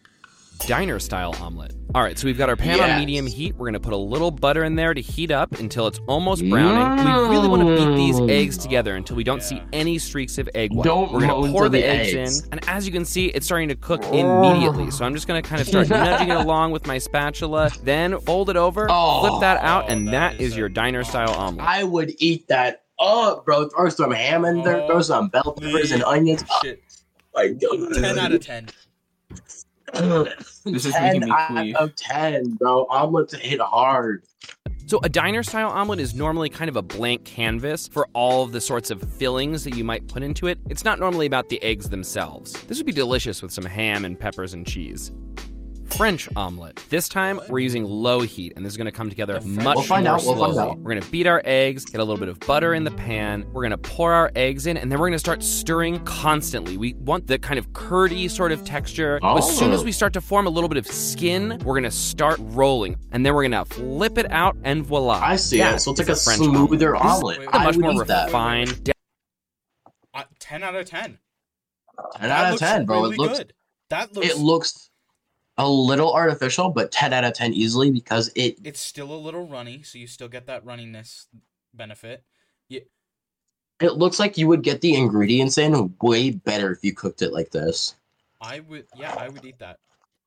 [SPEAKER 3] diner style omelet. All right, so we've got our pan on
[SPEAKER 1] Yes.
[SPEAKER 3] medium heat. We're going to put a little butter in there to heat up until it's almost browning. We really want to beat these eggs together until we don't see
[SPEAKER 5] Yeah.
[SPEAKER 3] any streaks of egg white.
[SPEAKER 1] Don't
[SPEAKER 3] We're gonna
[SPEAKER 1] moan
[SPEAKER 3] pour
[SPEAKER 1] for
[SPEAKER 3] the,
[SPEAKER 1] the
[SPEAKER 3] eggs,
[SPEAKER 1] eggs.
[SPEAKER 3] in, and as you can see, it's starting to cook immediately. So I'm just going to kind of start nudging it along with my spatula, then fold it over,
[SPEAKER 1] Oh.
[SPEAKER 3] flip that out, and
[SPEAKER 5] Oh,
[SPEAKER 3] that is your diner style omelet.
[SPEAKER 1] I would eat that up, bro. Throw some ham in there. Throw some bell peppers and onions. Oh
[SPEAKER 5] Shit.
[SPEAKER 1] my god.
[SPEAKER 5] 10 out of 10.
[SPEAKER 4] This is
[SPEAKER 1] 10
[SPEAKER 4] making me
[SPEAKER 1] out
[SPEAKER 4] queef.
[SPEAKER 1] of 10, bro. Omelets hit hard.
[SPEAKER 3] So, a diner style omelet is normally kind of a blank canvas for all of the sorts of fillings that you might put into it. It's not normally about the eggs themselves. This would be delicious with some ham and peppers and cheese. French omelet. This time we're using low heat, and this is going to come together
[SPEAKER 5] The French-
[SPEAKER 3] much
[SPEAKER 1] We'll find
[SPEAKER 3] more
[SPEAKER 1] out, we'll
[SPEAKER 3] slowly.
[SPEAKER 1] find out.
[SPEAKER 3] We're going to beat our eggs, get a little bit of butter in the pan. We're going to pour our eggs in, and then we're going to start stirring constantly. We want the kind of curdy sort of texture. As soon as
[SPEAKER 1] Oh.
[SPEAKER 3] we start to form a little bit of skin, we're going to start rolling, and then we're going to flip it out, and voila.
[SPEAKER 1] I see
[SPEAKER 3] Yeah,
[SPEAKER 1] it. So it's
[SPEAKER 3] it's
[SPEAKER 1] like a,
[SPEAKER 3] a French
[SPEAKER 1] smoother
[SPEAKER 5] omelet.
[SPEAKER 1] omelet.
[SPEAKER 5] This is
[SPEAKER 3] a
[SPEAKER 1] I
[SPEAKER 3] much
[SPEAKER 1] would
[SPEAKER 3] more
[SPEAKER 1] eat that.
[SPEAKER 3] refined,
[SPEAKER 5] Uh, 10 out of 10.
[SPEAKER 1] 10
[SPEAKER 5] That
[SPEAKER 1] out of
[SPEAKER 5] looks
[SPEAKER 1] 10, bro.
[SPEAKER 5] really
[SPEAKER 1] it looks
[SPEAKER 5] good. That looks.
[SPEAKER 1] it looks a little artificial, but 10 out of 10 easily because it
[SPEAKER 5] it's still a little runny, so you still get that runniness benefit.
[SPEAKER 1] it looks like you would get the ingredients in way better if you cooked it like this.
[SPEAKER 5] I would, yeah, I would eat that.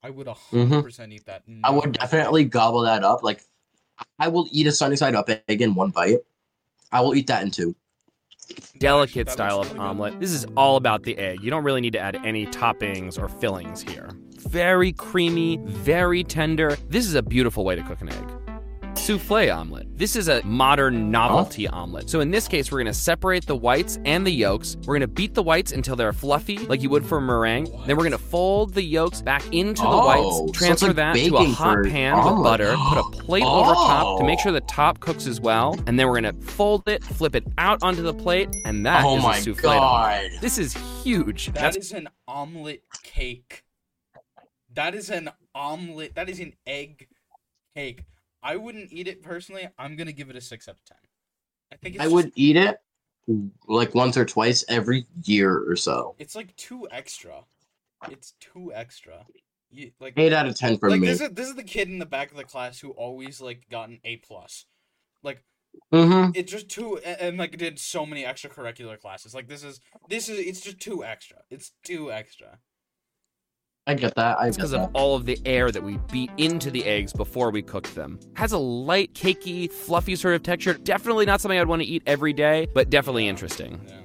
[SPEAKER 5] I would a
[SPEAKER 1] Mhm.
[SPEAKER 5] 100% percent eat that.
[SPEAKER 1] I
[SPEAKER 5] No
[SPEAKER 1] would
[SPEAKER 5] question.
[SPEAKER 1] definitely gobble that up. Like I will eat a sunny side up egg in one bite. I will eat that in two.
[SPEAKER 5] That
[SPEAKER 3] delicate
[SPEAKER 5] actually- that
[SPEAKER 3] style
[SPEAKER 5] looks
[SPEAKER 3] of
[SPEAKER 5] really good.
[SPEAKER 3] omelet. This is all about the egg. You don't really need to add any toppings or fillings here. Very creamy, very tender. This is a beautiful way to cook an egg. Souffle omelet. This is a modern novelty omelet. So, in this case, we're gonna separate the whites and the yolks. We're gonna beat the whites until they're fluffy, like you would for meringue. Then we're gonna fold the yolks back into the
[SPEAKER 1] Oh, so
[SPEAKER 3] whites,
[SPEAKER 1] it's
[SPEAKER 3] transfer
[SPEAKER 1] like
[SPEAKER 3] that to a
[SPEAKER 1] baking
[SPEAKER 3] hot
[SPEAKER 1] for
[SPEAKER 3] pan with
[SPEAKER 1] omelet.
[SPEAKER 3] butter, put a plate over top to make
[SPEAKER 1] Oh.
[SPEAKER 3] sure the top cooks as well, and then we're gonna fold it, flip it out onto the plate, and that is
[SPEAKER 1] oh
[SPEAKER 3] a
[SPEAKER 1] my
[SPEAKER 3] souffle.
[SPEAKER 1] god.
[SPEAKER 3] This is huge.
[SPEAKER 5] That
[SPEAKER 3] That's
[SPEAKER 5] is an omelet cake. That is an omelet. That is an egg cake. I wouldn't eat it personally. I'm gonna give it a six out of ten. I think it's
[SPEAKER 1] I
[SPEAKER 5] just-
[SPEAKER 1] would eat it like once or twice every year or so.
[SPEAKER 5] It's like two extra. It's two extra. You, like
[SPEAKER 1] Eight out of ten for
[SPEAKER 5] like
[SPEAKER 1] me.
[SPEAKER 5] this is this is the kid in the back of the class who always like got an A plus. Like
[SPEAKER 1] mm-hmm.
[SPEAKER 5] it just two and, and like did so many extracurricular classes. Like this is this is it's just two extra. It's two extra.
[SPEAKER 1] I get that. I
[SPEAKER 3] It's
[SPEAKER 1] get
[SPEAKER 3] because
[SPEAKER 1] that.
[SPEAKER 3] of all of the air that we beat into the eggs before we cooked them. Has a light, cakey, fluffy sort of texture. Definitely not something I'd want to eat every day, but definitely interesting.
[SPEAKER 5] Yeah.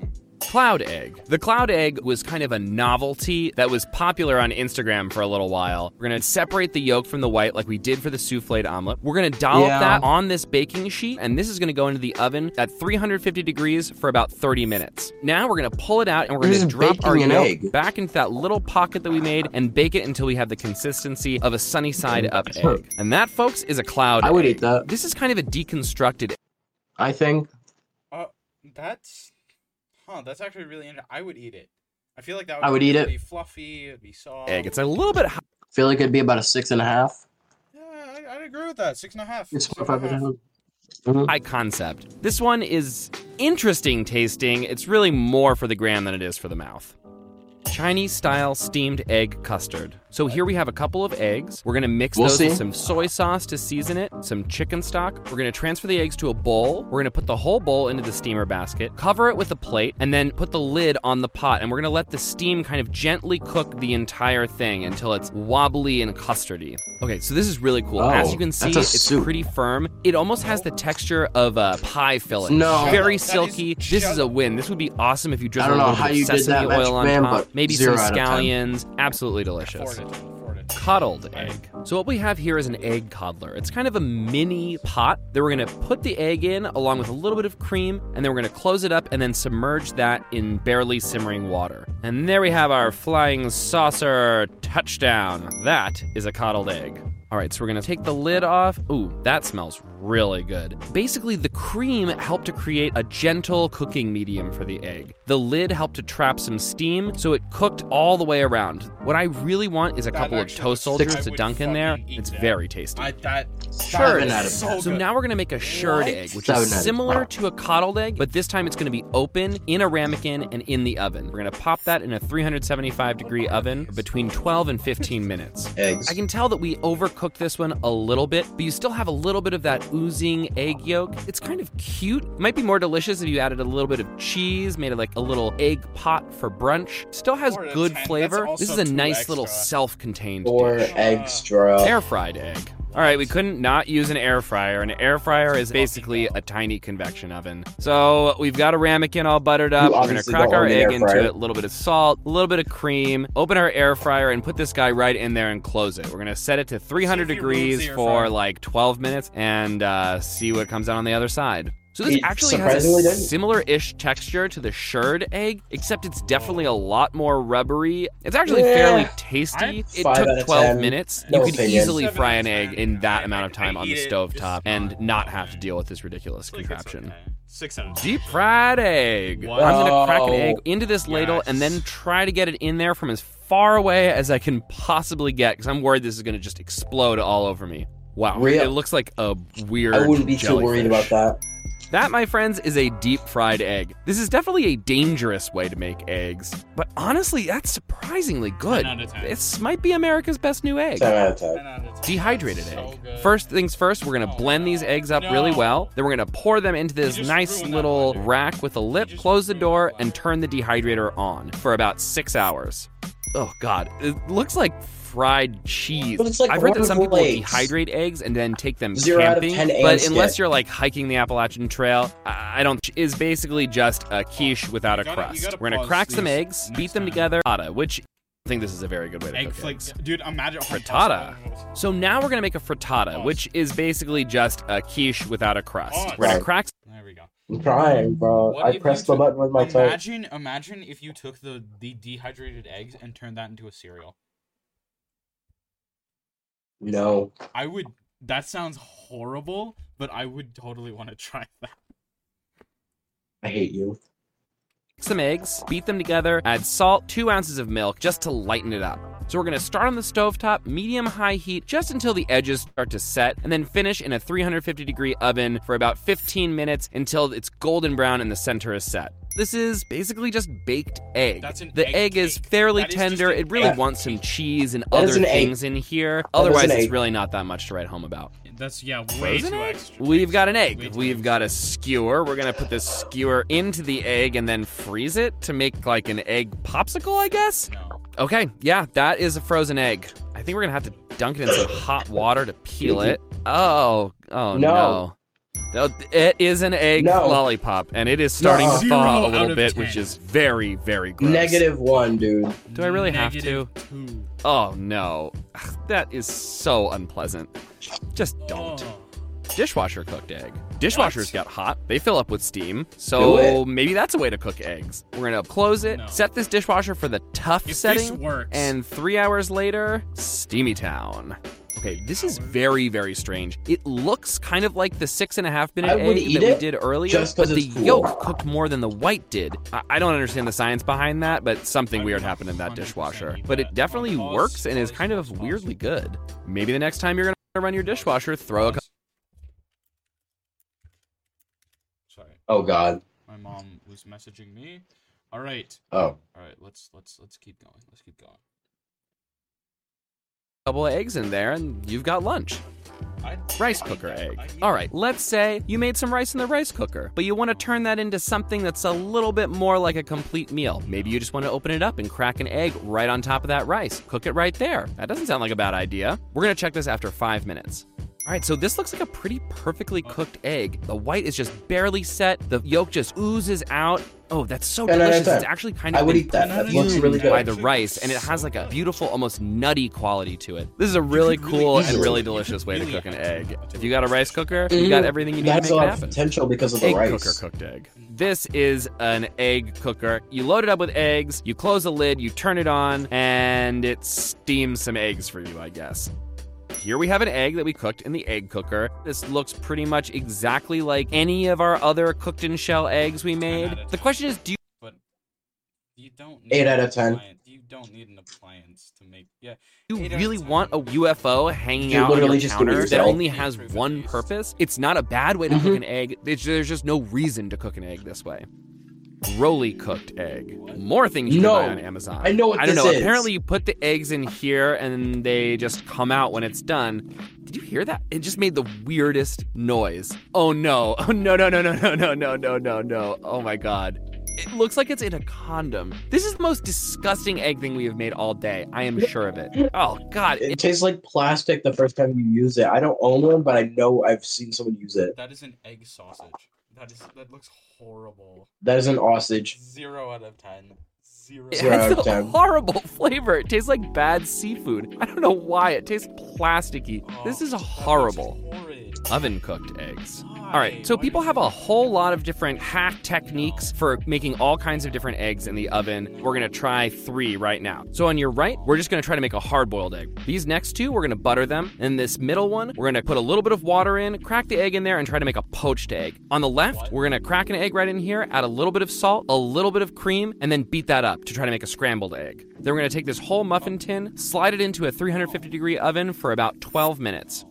[SPEAKER 3] Cloud egg. The cloud egg was kind of a novelty that was popular on Instagram for a little while. We're gonna separate the yolk from the white like we did for the souffled omelet. We're gonna dollop
[SPEAKER 1] Yeah.
[SPEAKER 3] that on this baking sheet, and this is gonna go into the oven at 350 degrees for about 30 minutes. Now we're gonna pull it out and we're
[SPEAKER 1] This
[SPEAKER 3] gonna
[SPEAKER 1] is
[SPEAKER 3] drop our
[SPEAKER 1] baking an
[SPEAKER 3] yolk
[SPEAKER 1] egg.
[SPEAKER 3] back into that little pocket that we made and bake it until we have the consistency of a sunny side up
[SPEAKER 1] Sure.
[SPEAKER 3] egg. And that, folks, is a cloud.
[SPEAKER 1] I would
[SPEAKER 3] egg.
[SPEAKER 1] eat that.
[SPEAKER 3] This is kind of a deconstructed
[SPEAKER 1] I think.
[SPEAKER 5] That's huh. That's actually really interesting. I would eat it. I feel like that. Would
[SPEAKER 1] I would eat it.
[SPEAKER 5] Be fluffy. It'd be soft.
[SPEAKER 3] egg. It's a little bit
[SPEAKER 1] Feel like it'd be about a six and a half.
[SPEAKER 5] Yeah, I, I'd agree with that. Six and a half.
[SPEAKER 1] It's
[SPEAKER 5] six
[SPEAKER 1] four,
[SPEAKER 5] and
[SPEAKER 1] five Mm-hmm.
[SPEAKER 5] a
[SPEAKER 1] and a
[SPEAKER 5] half.
[SPEAKER 1] half.
[SPEAKER 3] high concept. This one is interesting tasting. It's really more for the gram than it is for the mouth. Chinese style steamed egg custard. So here we have a couple of eggs. We're gonna mix
[SPEAKER 1] We'll
[SPEAKER 3] those with
[SPEAKER 1] see.
[SPEAKER 3] some soy sauce to season it, some chicken stock. We're gonna transfer the eggs to a bowl. We're gonna put the whole bowl into the steamer basket, cover it with a plate, and then put the lid on the pot. And we're gonna let the steam kind of gently cook the entire thing until it's wobbly and custardy. Okay, so this is really cool.
[SPEAKER 1] Oh,
[SPEAKER 3] As you can
[SPEAKER 1] that's
[SPEAKER 3] see,
[SPEAKER 1] a
[SPEAKER 3] it's
[SPEAKER 1] soup.
[SPEAKER 3] pretty firm. It almost has the texture of a pie filling.
[SPEAKER 1] No.
[SPEAKER 3] very
[SPEAKER 5] That is
[SPEAKER 3] silky. This is a win. This would be awesome if
[SPEAKER 1] I
[SPEAKER 3] you drizzle
[SPEAKER 1] don't
[SPEAKER 3] a
[SPEAKER 1] know
[SPEAKER 3] little
[SPEAKER 1] how
[SPEAKER 3] bit
[SPEAKER 1] you
[SPEAKER 3] of
[SPEAKER 1] did that
[SPEAKER 3] sesame
[SPEAKER 1] match,
[SPEAKER 3] oil on
[SPEAKER 1] man,
[SPEAKER 3] top,
[SPEAKER 1] but
[SPEAKER 3] maybe some
[SPEAKER 1] zero out of ten.
[SPEAKER 3] scallions. Absolutely delicious.
[SPEAKER 5] Afford it. Afford it.
[SPEAKER 3] Coddled egg. So what we have here is an egg coddler. It's kind of a mini pot that we're gonna put the egg in along with a little bit of cream, and then we're gonna close it up and then submerge that in barely simmering water. And there we have our flying saucer touchdown. That is a coddled egg. All right, so we're gonna take the lid off. Ooh, that smells really good. Basically, the cream helped to create a gentle cooking medium for the egg. The lid helped to trap some steam, so it cooked all the way around. What I really want is a
[SPEAKER 5] That
[SPEAKER 3] couple of
[SPEAKER 5] actually
[SPEAKER 3] toast
[SPEAKER 5] would-
[SPEAKER 3] soldiers
[SPEAKER 5] I
[SPEAKER 3] to
[SPEAKER 5] would
[SPEAKER 3] dunk in there.
[SPEAKER 5] fucking eat
[SPEAKER 3] It's
[SPEAKER 5] that.
[SPEAKER 3] very tasty.
[SPEAKER 5] I that
[SPEAKER 1] Sure.
[SPEAKER 5] that
[SPEAKER 1] Adam.
[SPEAKER 5] is so,
[SPEAKER 3] So
[SPEAKER 5] good.
[SPEAKER 3] now we're gonna make a shirred
[SPEAKER 5] What?
[SPEAKER 3] egg, which
[SPEAKER 1] So
[SPEAKER 3] is
[SPEAKER 1] nice.
[SPEAKER 3] similar to a coddled egg, but this time it's gonna be open in a ramekin and in the oven. We're gonna pop that in a 375 degree oven for between 12 and 15 minutes.
[SPEAKER 1] Eggs.
[SPEAKER 3] I can tell that we overcooked this one a little bit, but you still have a little bit of that oozing egg yolk. It's kind of cute. It might be more delicious if you added a little bit of cheese, made it like a little egg pot for brunch. Still has
[SPEAKER 5] Or a
[SPEAKER 3] good
[SPEAKER 5] ten- that's
[SPEAKER 3] flavor.
[SPEAKER 5] also
[SPEAKER 3] This is a
[SPEAKER 5] too
[SPEAKER 3] nice
[SPEAKER 5] extra.
[SPEAKER 3] little self-contained
[SPEAKER 1] Or
[SPEAKER 3] dish.
[SPEAKER 1] extra.
[SPEAKER 3] Air fried egg. All right, we couldn't not use an air fryer. An air fryer is basically a tiny convection oven. So we've got a ramekin all buttered up.
[SPEAKER 8] You
[SPEAKER 3] We're gonna
[SPEAKER 8] obviously
[SPEAKER 3] crack
[SPEAKER 8] don't
[SPEAKER 3] our
[SPEAKER 8] own an
[SPEAKER 3] egg
[SPEAKER 8] air
[SPEAKER 3] into
[SPEAKER 8] fryer.
[SPEAKER 3] it, a little bit of salt, a little bit of cream. Open our air fryer and put this guy right in there and close it. We're gonna set it to 300
[SPEAKER 5] See if he moves
[SPEAKER 3] degrees
[SPEAKER 5] the air fryer.
[SPEAKER 3] for like 12 minutes and uh, see what comes out on the other side. So this
[SPEAKER 1] It
[SPEAKER 3] actually has
[SPEAKER 1] surprisingly
[SPEAKER 3] a
[SPEAKER 1] didn't.
[SPEAKER 3] similar-ish texture to the shirred egg, except it's definitely a lot more rubbery. It's actually fairly tasty. It
[SPEAKER 1] Five out
[SPEAKER 3] took
[SPEAKER 1] of
[SPEAKER 3] 12
[SPEAKER 1] 10.
[SPEAKER 3] minutes.
[SPEAKER 1] No
[SPEAKER 3] you could
[SPEAKER 1] opinion.
[SPEAKER 3] easily
[SPEAKER 5] Seven
[SPEAKER 3] fry an
[SPEAKER 5] out of
[SPEAKER 3] egg
[SPEAKER 5] 10.
[SPEAKER 3] in that
[SPEAKER 5] I-
[SPEAKER 3] amount of
[SPEAKER 5] I-
[SPEAKER 3] time
[SPEAKER 5] I
[SPEAKER 3] on
[SPEAKER 5] eat
[SPEAKER 3] the
[SPEAKER 5] it
[SPEAKER 3] stove
[SPEAKER 5] just
[SPEAKER 3] top
[SPEAKER 5] fine.
[SPEAKER 3] and not have to deal with this ridiculous
[SPEAKER 5] Like, it's
[SPEAKER 3] contraption.
[SPEAKER 5] okay. Six out of ten.
[SPEAKER 3] Deep fried egg.
[SPEAKER 5] Wow.
[SPEAKER 3] I'm gonna crack an egg into this
[SPEAKER 5] Yes.
[SPEAKER 3] ladle and then try to get it in there from as far away as I can possibly get because I'm worried this is gonna just explode all over me. Wow,
[SPEAKER 1] Real-
[SPEAKER 3] it looks like a weird.
[SPEAKER 1] I wouldn't be too
[SPEAKER 3] jellyfish.
[SPEAKER 1] worried about that.
[SPEAKER 3] That, my friends, is a deep fried egg. This is definitely a dangerous way to make eggs, but honestly, that's surprisingly good.
[SPEAKER 5] out of 10.
[SPEAKER 3] This might be America's best new egg.
[SPEAKER 1] 10 out of 10.
[SPEAKER 5] Ten out of ten.
[SPEAKER 3] Dehydrated
[SPEAKER 5] That's so
[SPEAKER 3] egg.
[SPEAKER 5] good.
[SPEAKER 3] First things first, we're gonna
[SPEAKER 5] Oh,
[SPEAKER 3] blend
[SPEAKER 5] no.
[SPEAKER 3] these eggs up really
[SPEAKER 5] No.
[SPEAKER 3] well. Then we're gonna pour them into this
[SPEAKER 5] just
[SPEAKER 3] nice
[SPEAKER 5] ruined that
[SPEAKER 3] little
[SPEAKER 5] blender.
[SPEAKER 3] rack with a lip,
[SPEAKER 5] just
[SPEAKER 3] close the
[SPEAKER 5] ruined
[SPEAKER 3] door,
[SPEAKER 5] that blender.
[SPEAKER 3] and turn the dehydrator on for about six hours. Oh, God. It looks like fried cheese.
[SPEAKER 1] But it's like
[SPEAKER 3] I've heard that
[SPEAKER 1] one
[SPEAKER 3] some
[SPEAKER 1] whole
[SPEAKER 3] people
[SPEAKER 1] egg.
[SPEAKER 3] dehydrate eggs and then take them
[SPEAKER 1] Zero out of
[SPEAKER 3] camping.
[SPEAKER 1] 10
[SPEAKER 3] but
[SPEAKER 1] eggs
[SPEAKER 3] unless
[SPEAKER 1] get-
[SPEAKER 3] you're like hiking the Appalachian Trail, I I don't. Is basically just a quiche without a
[SPEAKER 5] You gotta- you
[SPEAKER 3] crust.
[SPEAKER 5] gotta
[SPEAKER 3] We're gonna
[SPEAKER 5] pause
[SPEAKER 3] crack some
[SPEAKER 5] these
[SPEAKER 3] eggs,
[SPEAKER 5] next
[SPEAKER 3] beat them
[SPEAKER 5] time.
[SPEAKER 3] together, frittata, which I think this is a very good way to
[SPEAKER 5] egg
[SPEAKER 3] cook
[SPEAKER 5] flakes.
[SPEAKER 3] eggs.
[SPEAKER 5] Dude, imagine oh a hot
[SPEAKER 3] Frittata.
[SPEAKER 5] dog.
[SPEAKER 3] So now we're gonna make a frittata,
[SPEAKER 5] Pause.
[SPEAKER 3] which is basically just a quiche without a crust.
[SPEAKER 5] Pause.
[SPEAKER 3] We're gonna
[SPEAKER 1] Right.
[SPEAKER 3] crack
[SPEAKER 5] There we go.
[SPEAKER 1] I'm trying, bro.
[SPEAKER 5] What if
[SPEAKER 1] I
[SPEAKER 5] you
[SPEAKER 1] pressed the
[SPEAKER 5] took-
[SPEAKER 1] button with my toe.
[SPEAKER 5] imagine, imagine if you took the the dehydrated eggs and turned that into a cereal.
[SPEAKER 1] No.
[SPEAKER 5] I would. That sounds horrible, but I would totally want to try that.
[SPEAKER 1] I hate you.
[SPEAKER 3] some eggs, beat them together, add salt, two ounces of milk just to lighten it up. So we're gonna start on the stovetop, medium high heat, just until the edges start to set, and then finish in a 350 degree oven for about 15 minutes until it's golden brown and the center is set. This is basically just baked egg.
[SPEAKER 5] That's an
[SPEAKER 3] the
[SPEAKER 5] egg
[SPEAKER 3] egg, is
[SPEAKER 5] cake.
[SPEAKER 3] fairly
[SPEAKER 5] That is just
[SPEAKER 3] tender.
[SPEAKER 5] an
[SPEAKER 3] It really
[SPEAKER 1] egg
[SPEAKER 3] wants some cheese and
[SPEAKER 1] That
[SPEAKER 3] other
[SPEAKER 1] is an egg.
[SPEAKER 3] things in here.
[SPEAKER 1] is
[SPEAKER 3] Otherwise,
[SPEAKER 1] an
[SPEAKER 3] it's
[SPEAKER 1] egg.
[SPEAKER 3] really not that much to write home about.
[SPEAKER 5] That's yeah, way
[SPEAKER 3] Frozen
[SPEAKER 5] too
[SPEAKER 3] egg?
[SPEAKER 5] extra.
[SPEAKER 3] We've got an
[SPEAKER 5] Way
[SPEAKER 3] egg.
[SPEAKER 5] too
[SPEAKER 3] We've got a skewer. We're gonna put this skewer into the egg and then freeze it to make like an egg popsicle, I guess.
[SPEAKER 5] No.
[SPEAKER 3] Okay, yeah, that is a frozen egg. I think we're gonna have to dunk it in some hot water to peel it. Oh, oh no.
[SPEAKER 1] No.
[SPEAKER 3] No, it is an egg
[SPEAKER 1] No.
[SPEAKER 3] lollipop, and it is starting to
[SPEAKER 5] Zero
[SPEAKER 3] thaw a
[SPEAKER 5] out
[SPEAKER 3] little
[SPEAKER 5] of
[SPEAKER 3] bit,
[SPEAKER 5] 10.
[SPEAKER 3] which is very, very gross.
[SPEAKER 1] Negative one, dude.
[SPEAKER 3] Do I really have
[SPEAKER 5] Negative two.
[SPEAKER 3] Oh no, that is so unpleasant. Just don't.
[SPEAKER 5] Oh.
[SPEAKER 3] dishwasher cooked egg. Dishwashers
[SPEAKER 5] What?
[SPEAKER 3] got hot. They fill up with steam.
[SPEAKER 1] Do
[SPEAKER 3] So maybe that's a way to cook eggs. We're going to close it,
[SPEAKER 5] No.
[SPEAKER 3] set this dishwasher for the tough
[SPEAKER 5] If this
[SPEAKER 3] setting,
[SPEAKER 5] works,
[SPEAKER 3] and three hours later, Steamy Town. Okay, this is very, very strange. It looks kind of like the six and a half minute
[SPEAKER 1] I would
[SPEAKER 3] egg
[SPEAKER 1] eat
[SPEAKER 3] that we
[SPEAKER 1] it
[SPEAKER 3] did earlier,
[SPEAKER 1] just 'cause
[SPEAKER 3] but the
[SPEAKER 1] it's cool.
[SPEAKER 3] yolk cooked more than the white did. I, I don't understand the science behind that, but something
[SPEAKER 5] I
[SPEAKER 3] weird
[SPEAKER 5] would
[SPEAKER 3] happened in that
[SPEAKER 5] 100%
[SPEAKER 3] dishwasher.
[SPEAKER 5] eat
[SPEAKER 3] But
[SPEAKER 5] that.
[SPEAKER 3] it definitely
[SPEAKER 5] Pause,
[SPEAKER 3] works and is
[SPEAKER 5] pause,
[SPEAKER 3] kind of
[SPEAKER 5] pause, pause.
[SPEAKER 3] weirdly good. Maybe the next time you're going to run your dishwasher, throw a
[SPEAKER 5] Sorry,
[SPEAKER 1] Oh, God.
[SPEAKER 5] my mom was messaging me. All right,
[SPEAKER 1] Oh.
[SPEAKER 5] all right. Let's let's let's keep going. Let's keep going.
[SPEAKER 3] couple of eggs in there and you've got lunch.
[SPEAKER 5] I-
[SPEAKER 3] Rice
[SPEAKER 5] I-
[SPEAKER 3] cooker
[SPEAKER 5] I-
[SPEAKER 3] egg.
[SPEAKER 5] I need
[SPEAKER 3] All
[SPEAKER 5] that.
[SPEAKER 3] right, let's say you made some rice in the rice cooker, but you want to turn that into something that's a little bit more like a complete meal. Maybe you just want to open it up and crack an egg right on top of that rice. Cook it right there. That doesn't sound like a bad idea. We're going to check this after five minutes. All right, so this looks like a pretty perfectly cooked egg. The white is just barely set, the yolk just oozes out. Oh, that's so
[SPEAKER 1] Ten out of
[SPEAKER 3] delicious.
[SPEAKER 1] ten.
[SPEAKER 3] It's actually kind
[SPEAKER 1] I
[SPEAKER 3] of
[SPEAKER 1] would
[SPEAKER 3] been
[SPEAKER 1] eat that. That
[SPEAKER 5] looks
[SPEAKER 3] perfumed
[SPEAKER 5] really good.
[SPEAKER 3] By the rice, and it has like a beautiful, almost nutty quality to it. This is a
[SPEAKER 5] could
[SPEAKER 3] really
[SPEAKER 5] really
[SPEAKER 3] cool and
[SPEAKER 1] easily-
[SPEAKER 3] really
[SPEAKER 5] you could
[SPEAKER 3] delicious way to
[SPEAKER 5] really
[SPEAKER 3] cook an
[SPEAKER 5] add
[SPEAKER 3] egg.
[SPEAKER 5] to-
[SPEAKER 3] If you got a rice cooker, you got
[SPEAKER 1] Mm,
[SPEAKER 3] everything you need
[SPEAKER 1] That's
[SPEAKER 3] to
[SPEAKER 1] a
[SPEAKER 3] make
[SPEAKER 1] lot
[SPEAKER 3] it
[SPEAKER 1] of
[SPEAKER 3] happen.
[SPEAKER 1] potential because of the
[SPEAKER 3] Egg cooker
[SPEAKER 1] rice.
[SPEAKER 3] cooked egg. This is an egg cooker. You load it up with eggs, you close the lid, you turn it on, and it steams some eggs for you, I guess. Here we have an egg that we cooked in the egg cooker. This looks pretty much exactly like any of our other cooked in shell eggs we
[SPEAKER 5] out
[SPEAKER 3] made.
[SPEAKER 5] of
[SPEAKER 3] The
[SPEAKER 5] ten.
[SPEAKER 3] question is, do you
[SPEAKER 5] You don't.
[SPEAKER 1] Eight
[SPEAKER 5] need
[SPEAKER 1] out of ten.
[SPEAKER 5] science. You don't need an appliance to make. Yeah.
[SPEAKER 3] You
[SPEAKER 5] Eight out of
[SPEAKER 3] really
[SPEAKER 5] ten.
[SPEAKER 3] want a UFO hanging
[SPEAKER 8] You
[SPEAKER 3] out on
[SPEAKER 8] literally
[SPEAKER 3] your
[SPEAKER 8] just do it
[SPEAKER 3] counter that
[SPEAKER 8] yourself.
[SPEAKER 3] only has one purpose? It's not a bad way to cook
[SPEAKER 1] Mhm.
[SPEAKER 3] an egg. It's- there's just no reason to cook an egg this way. Roly cooked egg. More things you can
[SPEAKER 1] No.
[SPEAKER 3] buy on Amazon.
[SPEAKER 1] I know what
[SPEAKER 3] I don't
[SPEAKER 1] this
[SPEAKER 3] know.
[SPEAKER 1] is.
[SPEAKER 3] Apparently, you put the eggs in here and they just come out when it's done. Did you hear that? It just made the weirdest noise. Oh no! Oh no! No! No! No! No! No! No! No! No! No! Oh my god! It looks like it's in a condom. This is the most disgusting egg thing we have made all day. I am sure of it. Oh god!
[SPEAKER 1] It
[SPEAKER 3] It,
[SPEAKER 1] tastes like plastic the first time you use it. I don't own one, but I know I've seen someone use it.
[SPEAKER 5] That is an egg sausage. That is that looks horrible.
[SPEAKER 1] That is an ostrich.
[SPEAKER 5] Zero out of ten. Zero.
[SPEAKER 3] it
[SPEAKER 1] Zero out
[SPEAKER 3] has
[SPEAKER 1] of
[SPEAKER 3] a
[SPEAKER 1] ten.
[SPEAKER 3] horrible flavor. It tastes like bad seafood. I don't know why. It tastes plasticky.
[SPEAKER 5] Oh,
[SPEAKER 3] This is
[SPEAKER 5] that looks
[SPEAKER 3] horrible.
[SPEAKER 5] horrid.
[SPEAKER 3] Oven cooked eggs.
[SPEAKER 5] Why?
[SPEAKER 3] All right, so
[SPEAKER 5] Why
[SPEAKER 3] people
[SPEAKER 5] does
[SPEAKER 3] have
[SPEAKER 5] it-
[SPEAKER 3] a whole lot of different hack techniques for making all kinds of different eggs in the oven. We're gonna try three right now. So on your right, we're just gonna try to make a hard boiled egg. These next two, we're gonna butter them. And this middle one, we're gonna put a little bit of water in, crack the egg in there, and try to make a poached egg. On the left,
[SPEAKER 5] What?
[SPEAKER 3] we're gonna crack an egg right in here, add a little bit of salt, a little bit of cream, and then beat that up to try to make a scrambled egg. Then we're gonna take this whole muffin tin, slide it into a 350 degree oven for about 12 minutes.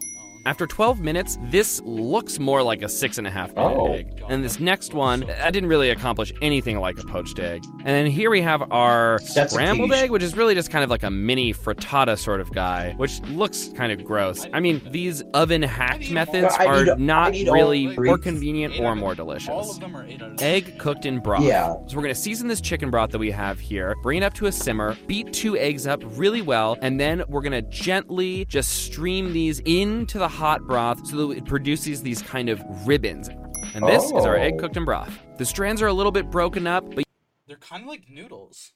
[SPEAKER 3] After 12 minutes, this looks more like a six and a half minute
[SPEAKER 8] Oh.
[SPEAKER 3] egg. And this next one, I didn't really accomplish anything like a poached egg. And then here we have our
[SPEAKER 1] That's a
[SPEAKER 3] scrambled
[SPEAKER 1] quiche.
[SPEAKER 3] egg, which is really just kind of like a mini frittata sort of guy, which looks kind of gross. I mean, these oven hacked methods
[SPEAKER 1] I need-
[SPEAKER 3] are not
[SPEAKER 1] I need all
[SPEAKER 3] really
[SPEAKER 1] three.
[SPEAKER 3] more convenient
[SPEAKER 5] Eight
[SPEAKER 3] or
[SPEAKER 5] out
[SPEAKER 3] more
[SPEAKER 5] of- All
[SPEAKER 3] delicious.
[SPEAKER 5] of them are eight out of
[SPEAKER 3] Egg cooked in broth.
[SPEAKER 1] Yeah.
[SPEAKER 3] So we're gonna season this chicken broth that we have here, bring it up to a simmer, beat two eggs up really well, and then we're gonna gently just stream these into the hot broth so that it produces these kind of ribbons. And this is our egg
[SPEAKER 8] Oh.
[SPEAKER 3] cooked in broth. The strands are a little bit broken up, but
[SPEAKER 5] They're kind of like noodles.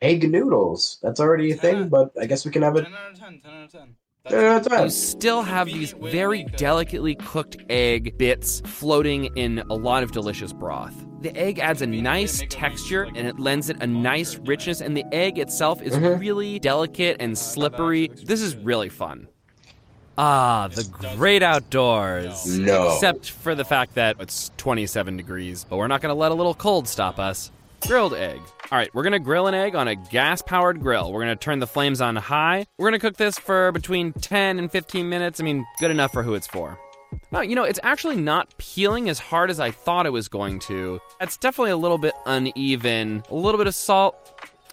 [SPEAKER 1] Egg noodles. That's already a
[SPEAKER 3] Ah.
[SPEAKER 1] thing, but I guess we can have it.
[SPEAKER 5] Ten out of ten. Ten out of ten.
[SPEAKER 1] Yeah, that's
[SPEAKER 3] you
[SPEAKER 1] right.
[SPEAKER 3] still have these very delicately cooked egg bits floating in a lot of delicious broth. The egg adds a nice texture and it lends it a nice richness, and the egg itself is
[SPEAKER 1] Mhm.
[SPEAKER 3] really delicate and slippery. This is really fun. Ah, the great outdoors.
[SPEAKER 1] No.
[SPEAKER 3] Except for the fact that it's 27 degrees, but we're not going to let a little cold stop us. Grilled egg. All right, we're going to grill an egg on a gas powered grill. We're going to turn the flames on high. We're going to cook this for between 10 and 15 minutes. I mean, good enough for who it's for. Well, you know, it's actually not peeling as hard as I thought it was going to. It's definitely a little bit uneven. A little bit of salt.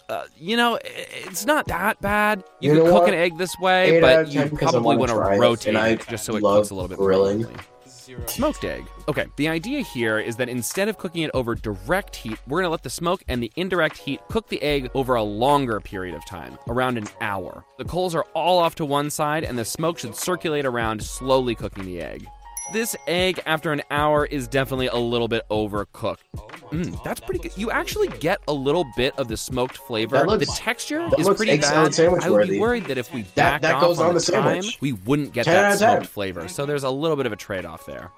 [SPEAKER 3] Uh, you know, i- it's not that bad. You,
[SPEAKER 1] You
[SPEAKER 3] can
[SPEAKER 1] know
[SPEAKER 3] cook
[SPEAKER 1] what?
[SPEAKER 3] an egg this
[SPEAKER 1] Eight
[SPEAKER 3] way,
[SPEAKER 1] out
[SPEAKER 3] but
[SPEAKER 1] of
[SPEAKER 3] you
[SPEAKER 1] 10 'cause I
[SPEAKER 3] probably
[SPEAKER 1] wanna
[SPEAKER 3] want to
[SPEAKER 1] try it, and
[SPEAKER 3] rotate
[SPEAKER 1] I
[SPEAKER 3] it just so it
[SPEAKER 1] love
[SPEAKER 3] cooks a little bit more
[SPEAKER 1] grilling.
[SPEAKER 3] evenly.
[SPEAKER 5] Zero.
[SPEAKER 3] Smoked egg. Okay, the idea here is that instead of cooking it over direct heat, we're going to let the smoke and the indirect heat cook the egg over a longer period of time, around an hour. The coals are all off to one side, and the smoke should circulate around, slowly cooking the egg. This egg, after an hour, is definitely a little bit overcooked.
[SPEAKER 5] Oh my
[SPEAKER 3] Mm,
[SPEAKER 5] God,
[SPEAKER 3] that's
[SPEAKER 5] that
[SPEAKER 3] pretty good.
[SPEAKER 5] looks
[SPEAKER 3] You
[SPEAKER 5] really
[SPEAKER 3] actually
[SPEAKER 5] good.
[SPEAKER 3] get a little bit of the smoked flavor.
[SPEAKER 1] That looks-
[SPEAKER 3] the texture
[SPEAKER 1] that
[SPEAKER 3] is
[SPEAKER 1] looks
[SPEAKER 3] pretty
[SPEAKER 1] egg salad
[SPEAKER 3] bad.
[SPEAKER 1] sandwich
[SPEAKER 3] I would be
[SPEAKER 1] worthy.
[SPEAKER 3] worried that if we
[SPEAKER 1] That-
[SPEAKER 3] backed
[SPEAKER 1] that
[SPEAKER 3] off
[SPEAKER 1] goes
[SPEAKER 3] on,
[SPEAKER 1] on
[SPEAKER 3] the,
[SPEAKER 1] the
[SPEAKER 3] time,
[SPEAKER 1] sandwich.
[SPEAKER 3] we wouldn't get
[SPEAKER 1] 10 out
[SPEAKER 3] that
[SPEAKER 1] of 10.
[SPEAKER 3] smoked flavor. So there's a little bit of a trade-off there.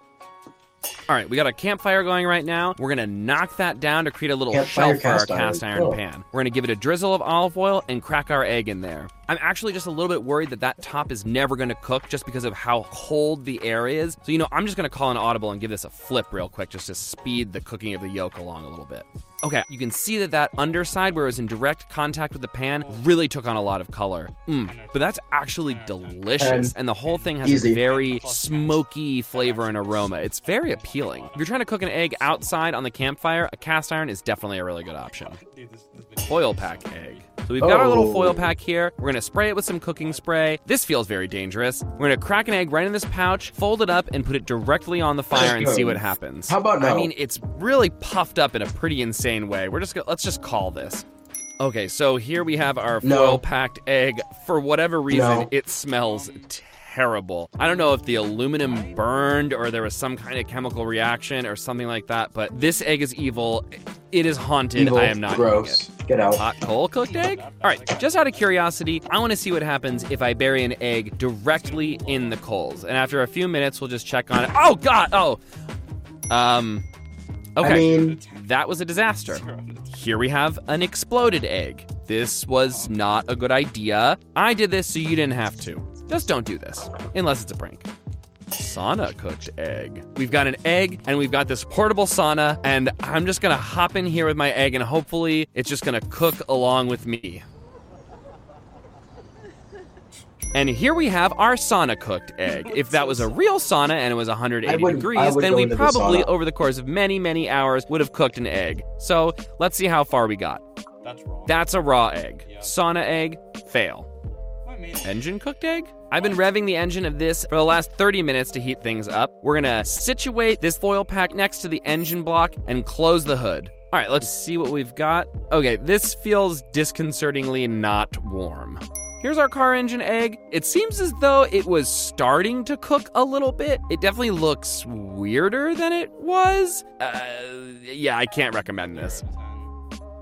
[SPEAKER 3] All right, we got a campfire going right now. We're gonna knock that down to create a little
[SPEAKER 1] Campfire
[SPEAKER 3] shelf for our
[SPEAKER 1] cast iron.
[SPEAKER 3] cast iron
[SPEAKER 1] Oh.
[SPEAKER 3] pan. We're gonna give it a drizzle of olive oil and crack our egg in there. I'm actually just a little bit worried that that top is never gonna cook just because of how cold the air is. So you know, I'm just gonna call an audible and give this a flip real quick just to speed the cooking of the yolk along a little bit. Okay, you can see that that underside where it was in direct contact with the pan really took on a lot of color. Mm, but that's actually delicious, and the whole thing has a
[SPEAKER 1] Easy.
[SPEAKER 3] very smoky flavor and aroma. It's very appealing. If you're trying to cook an egg outside on the campfire, a cast iron is definitely a really good option.
[SPEAKER 5] Dude, this, this video
[SPEAKER 3] Foil pack egg. So we've got our little
[SPEAKER 1] Oh.
[SPEAKER 3] foil pack here. We're gonna spray it with some cooking spray. This feels very dangerous. We're gonna crack an egg right in this pouch, fold it up, and put it directly on the fire and see what happens.
[SPEAKER 1] How about Oh,
[SPEAKER 3] I
[SPEAKER 1] no?
[SPEAKER 3] mean, it's really puffed up in a pretty insane way. We're just gonna, let's just call this. Okay, so here we have our
[SPEAKER 1] No.
[SPEAKER 3] foil packed egg. For whatever reason,
[SPEAKER 1] No.
[SPEAKER 3] it smells terrible. I don't know if the aluminum burned or there was some kind of chemical reaction or something like that, but this egg is evil. It is haunted.
[SPEAKER 1] Evil,
[SPEAKER 3] I am not eating it.
[SPEAKER 1] gross. Get out.
[SPEAKER 3] Hot coal cooked egg? All right, just out of curiosity, I want to see what happens if I bury an egg directly in the coals. And after a few minutes, we'll just check on it. Oh, God! Oh! Um. Okay.
[SPEAKER 1] I mean,
[SPEAKER 3] that was a disaster. Here we have an exploded egg. This was not a good idea. I did this so you didn't have to. Just don't do this, unless it's a prank. sauna cooked egg. We've got an egg and we've got this portable sauna, and I'm just gonna hop in here with my egg and hopefully it's just gonna cook along with me. And here we have our sauna cooked egg. If that was a real sauna and it was 180
[SPEAKER 1] I would- I
[SPEAKER 3] degrees,
[SPEAKER 1] would
[SPEAKER 3] then
[SPEAKER 1] go
[SPEAKER 3] we
[SPEAKER 1] into the
[SPEAKER 3] probably,
[SPEAKER 1] sauna.
[SPEAKER 3] over the course of many, many hours, would have cooked an egg. So let's see how far we got.
[SPEAKER 5] That's wrong.
[SPEAKER 3] That's a raw egg.
[SPEAKER 5] Yeah.
[SPEAKER 3] Sauna egg, fail.
[SPEAKER 5] I mean,
[SPEAKER 3] Engine cooked egg? I've been revving the engine of this for the last 30 minutes to heat things up. We're gonna situate this foil pack next to the engine block and close the hood. All right, let's see what we've got. Okay, this feels disconcertingly not warm. Here's our car engine egg. It seems as though it was starting to cook a little bit. It definitely looks weirder than it was. Uh, yeah, I can't recommend this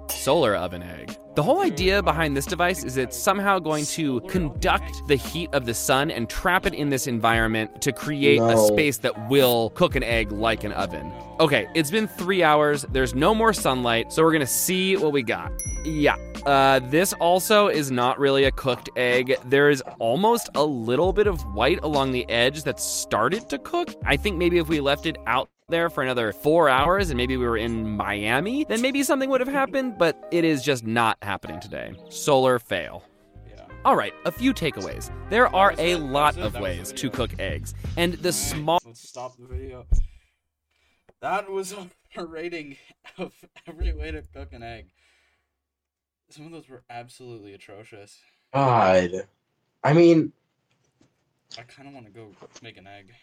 [SPEAKER 3] solar oven egg. The whole idea behind this device is it's somehow going to conduct the heat of the sun and trap it in this environment to create a
[SPEAKER 1] No.
[SPEAKER 3] space that will cook an egg like an oven. Okay, it's been three hours. There's no more sunlight, so we're gonna see what we got. Yeah, uh, this also is not really a cooked egg. There is almost a little bit of white along the edge that started to cook. I think maybe if we left it out there for another four hours and maybe we were in Miami, then maybe something would have happened, but it is just not happening today. Solar fail.
[SPEAKER 5] Yeah.
[SPEAKER 3] All right, a few takeaways. There are
[SPEAKER 5] That was
[SPEAKER 3] a
[SPEAKER 5] it, that was
[SPEAKER 3] lot
[SPEAKER 5] it,
[SPEAKER 3] of
[SPEAKER 5] that was
[SPEAKER 3] ways
[SPEAKER 5] the
[SPEAKER 3] to
[SPEAKER 5] video.
[SPEAKER 3] cook eggs, and the
[SPEAKER 5] Alright,
[SPEAKER 3] small.
[SPEAKER 5] Let's stop the video. That was our rating of every way to cook an egg. Some of those were absolutely atrocious.
[SPEAKER 1] God. I mean,
[SPEAKER 5] I kind of want to go make an egg.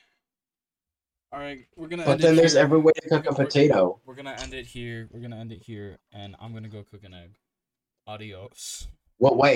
[SPEAKER 5] All right, we're gonna.
[SPEAKER 1] but
[SPEAKER 5] end it
[SPEAKER 1] then there's
[SPEAKER 5] here.
[SPEAKER 1] every way to cook a
[SPEAKER 5] We're-
[SPEAKER 1] potato.
[SPEAKER 5] We're gonna end it here. We're gonna end it here, and I'm gonna go cook an egg. Adios.
[SPEAKER 1] What way?